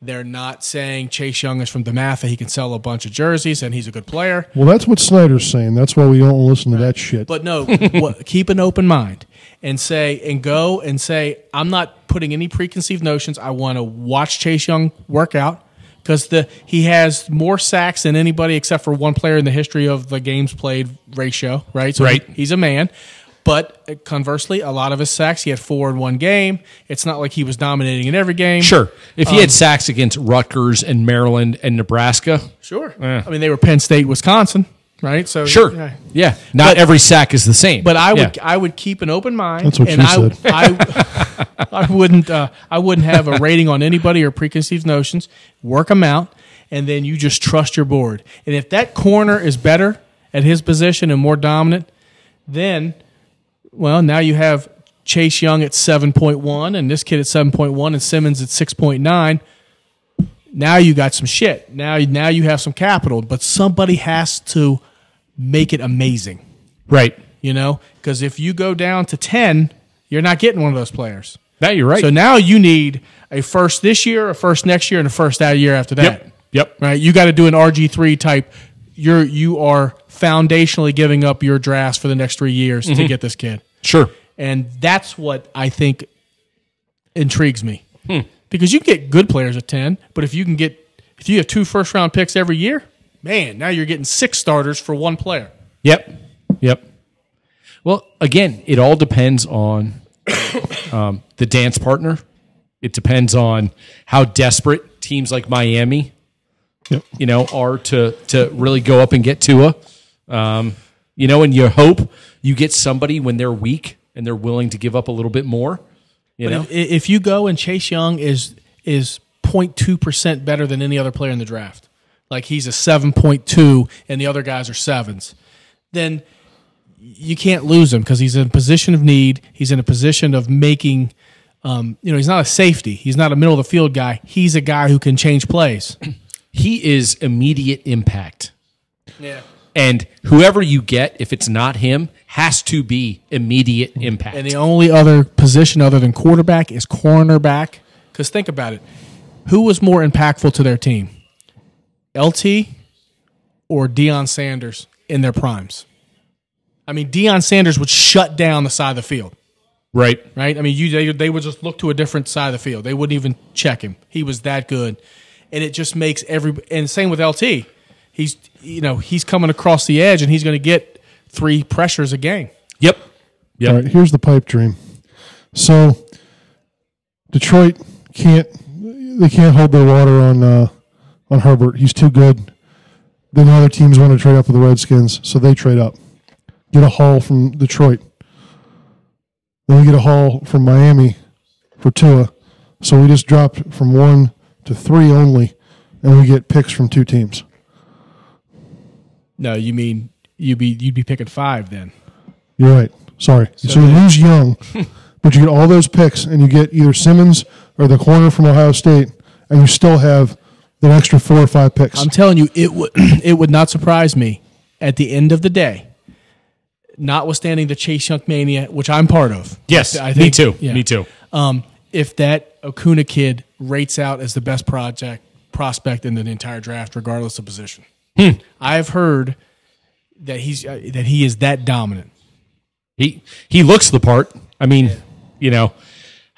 They're not saying Chase Young is from DeMatha. He can sell a bunch of jerseys and he's a good player. Well, that's what Snyder's saying. That's why we don't listen to that shit. But no, what, keep an open mind and say and go and say I'm not putting any preconceived notions. I want to watch Chase Young work out because the he has more sacks than anybody except for one player in the history of the games played ratio. Right, so Right. he's a man. But uh, conversely, a lot of his sacks he had four in one game. It's not like he was dominating in every game. Sure. If Um, he had sacks against Rutgers and Maryland and Nebraska, sure. I mean, they were Penn State, Wisconsin, right? So sure. Yeah. yeah. Not every sack is the same. But I would Yeah. I would keep an open mind. That's what and she I, said. I, I wouldn't uh, I wouldn't have a rating on anybody or preconceived notions. Work them out, and then you just trust your board. And if that corner is better at his position and more dominant, then well now you have Chase Young at seven point one, and this kid at seven point one, and Simmons at six point nine. Now you got some shit. Now now you have some capital, but somebody has to make it amazing right. you know because if you go down to 10 you're not getting one of those players Now you're right. so now you need a first this year a first next year and a first that year after that Yep. Yep. right you got to do an rg3 type you're you are foundationally giving up your drafts for the next three years Mm-hmm. to get this kid Sure. and that's what i think intrigues me Hmm. because you can get good players at 10 but if you can get if you have two first round picks every year man now you're getting six starters for one player Yep. Yep. Well, again, it all depends on um, the dance partner. It depends on how desperate teams like Miami, Yep. you know, are to to really go up and get Tua. Um, you know, and you hope you get somebody when they're weak and they're willing to give up a little bit more. You know, But if, if you go and Chase Young is is 0.2 percent better than any other player in the draft, like he's a seven point two and the other guys are sevens, then you can't lose him because he's in a position of need. He's in a position of making. Um, you know, he's not a safety. He's not a middle of the field guy. He's a guy who can change plays. he is immediate impact. Yeah. And whoever you get, if it's not him, has to be immediate impact. And the only other position other than quarterback is cornerback. Because think about it who was more impactful to their team, LT or Deion Sanders in their primes? I mean, Deion Sanders would shut down the side of the field, right. right? I mean, you they, they would just look to a different side of the field. They wouldn't even check him. He was that good, and it just makes every and same with LT. He's you know he's coming across the edge and he's going to get three pressures a game. Yep. Yep. All right, here's the pipe dream. So Detroit can't they can't hold their water on uh, on Herbert. He's too good. Then the other teams want to trade up with the Redskins, so they trade up. Get a haul from Detroit. Then we get a haul from Miami for Tua. So we just dropped from one to three only, and we get picks from two teams. No, you mean you'd be you'd be picking five then. You're right. Sorry. So, you lose Young, but you get all those picks, and you get either Simmons or the corner from Ohio State, and you still have an extra four or five picks. I'm telling you, it would it would not surprise me at the end of the day, notwithstanding the Chase Young mania, which I'm part of. Yes, I me think- too. yeah. Me too. Um, if that Acuna kid rates out as the best project prospect in the entire draft, regardless of position, Hmm. I've heard that he's uh, that he is that dominant. He he looks the part. I mean, you know,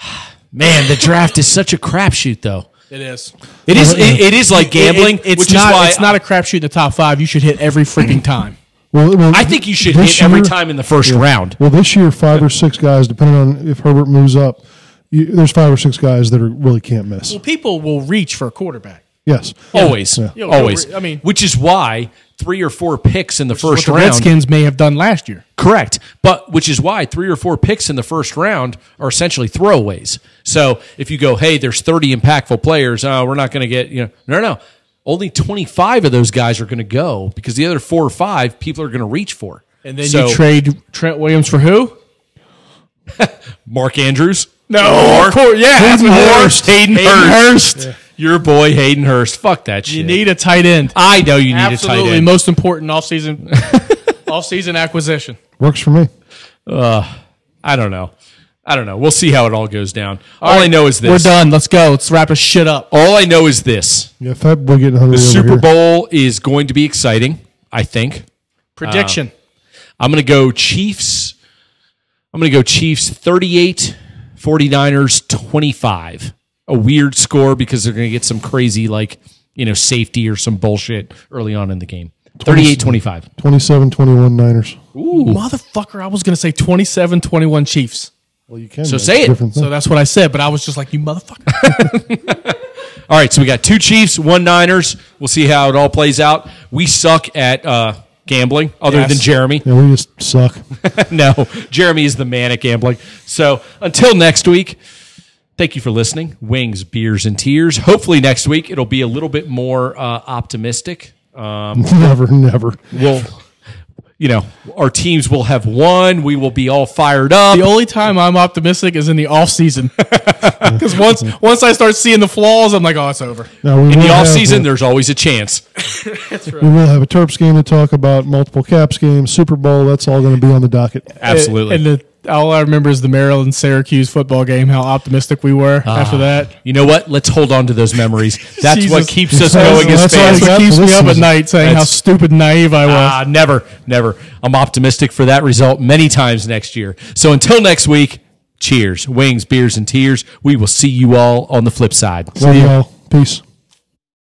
man, the draft is such a crapshoot, though. It is. It is it, it is like gambling, It- it- it's which not. is why it's not a crapshoot in the top five. You should hit every freaking time. well, well, I think you should this hit every year- time in the first round. Well, this year, five or six guys, depending on if Herbert moves up, you, there's five or six guys that are, really can't miss. Well, people will reach for a quarterback. Yes. Always, Yeah, well, always. I mean- which is why three or four picks in the What first the round. Redskins may have done last year. Correct. But which is why three or four picks in the first round are essentially throwaways. So if you go, hey, there's 30 impactful players, oh, we're not going to get, you know, no, no. Only 25 of those guys are going to go because the other four or five people are going to reach for. And then So, you trade Trent Williams for who? Mark Andrews. No, of course, yeah, Hayden Hayden Hurst. Hayden, Hurst. Hurst. Your boy Hayden Hurst. Fuck that shit. You need a tight end. I know you need a tight Absolutely, end. most important offseason offseason acquisition. Works for me. I don't know. I don't know. We'll see how it all goes down. All, I know is this. We're done. Let's go. Let's wrap this shit up. All I know is this. Yeah, Fat Boy getting hungry. The over Super here. Bowl is going to be exciting, I think. Prediction. I'm going to go Chiefs. I'm going to go Chiefs 38, 49ers 25. A weird score because they're going to get some crazy, like, you know, safety or some bullshit early on in the game. 38 25. 27 21 Niners. Motherfucker, I was going to say 27 21 Chiefs. Well, you can. So say it. Different thing. So that's what I said, but I was just like, you motherfucker. All right, so we got two Chiefs, one Niners. We'll see how it all plays out. We suck at uh, gambling, other Yes. than Jeremy. yeah, we just suck. no, Jeremy is the man at gambling. So until next week, thank you for listening. Wings, beers, and tears. Hopefully next week it'll be a little bit more uh, optimistic. never, never. We'll, you know, our teams will have won. We will be all fired up. The only time I'm optimistic is in the off season. Because once once I start seeing the flaws, I'm like, oh, it's over. Now, we In will the have- offseason, there's always a chance. We will have a Terps game to talk about, multiple Caps games, Super Bowl. That's all going to be on the docket. Absolutely. And the, all I remember is the Maryland Syracuse football game. How optimistic we were after that. you know what? Let's hold on to those memories. Ah. That's what Jesus. keeps us That's- going as that's all fans. I got. It keeps me up at Absolutely. night saying how That's- stupid and naive I was. Ah, never, never. I'm optimistic for that result many times next year. So until next week, cheers, wings, beers, and tears. We will see you all on the flip side. Love y'all. Peace.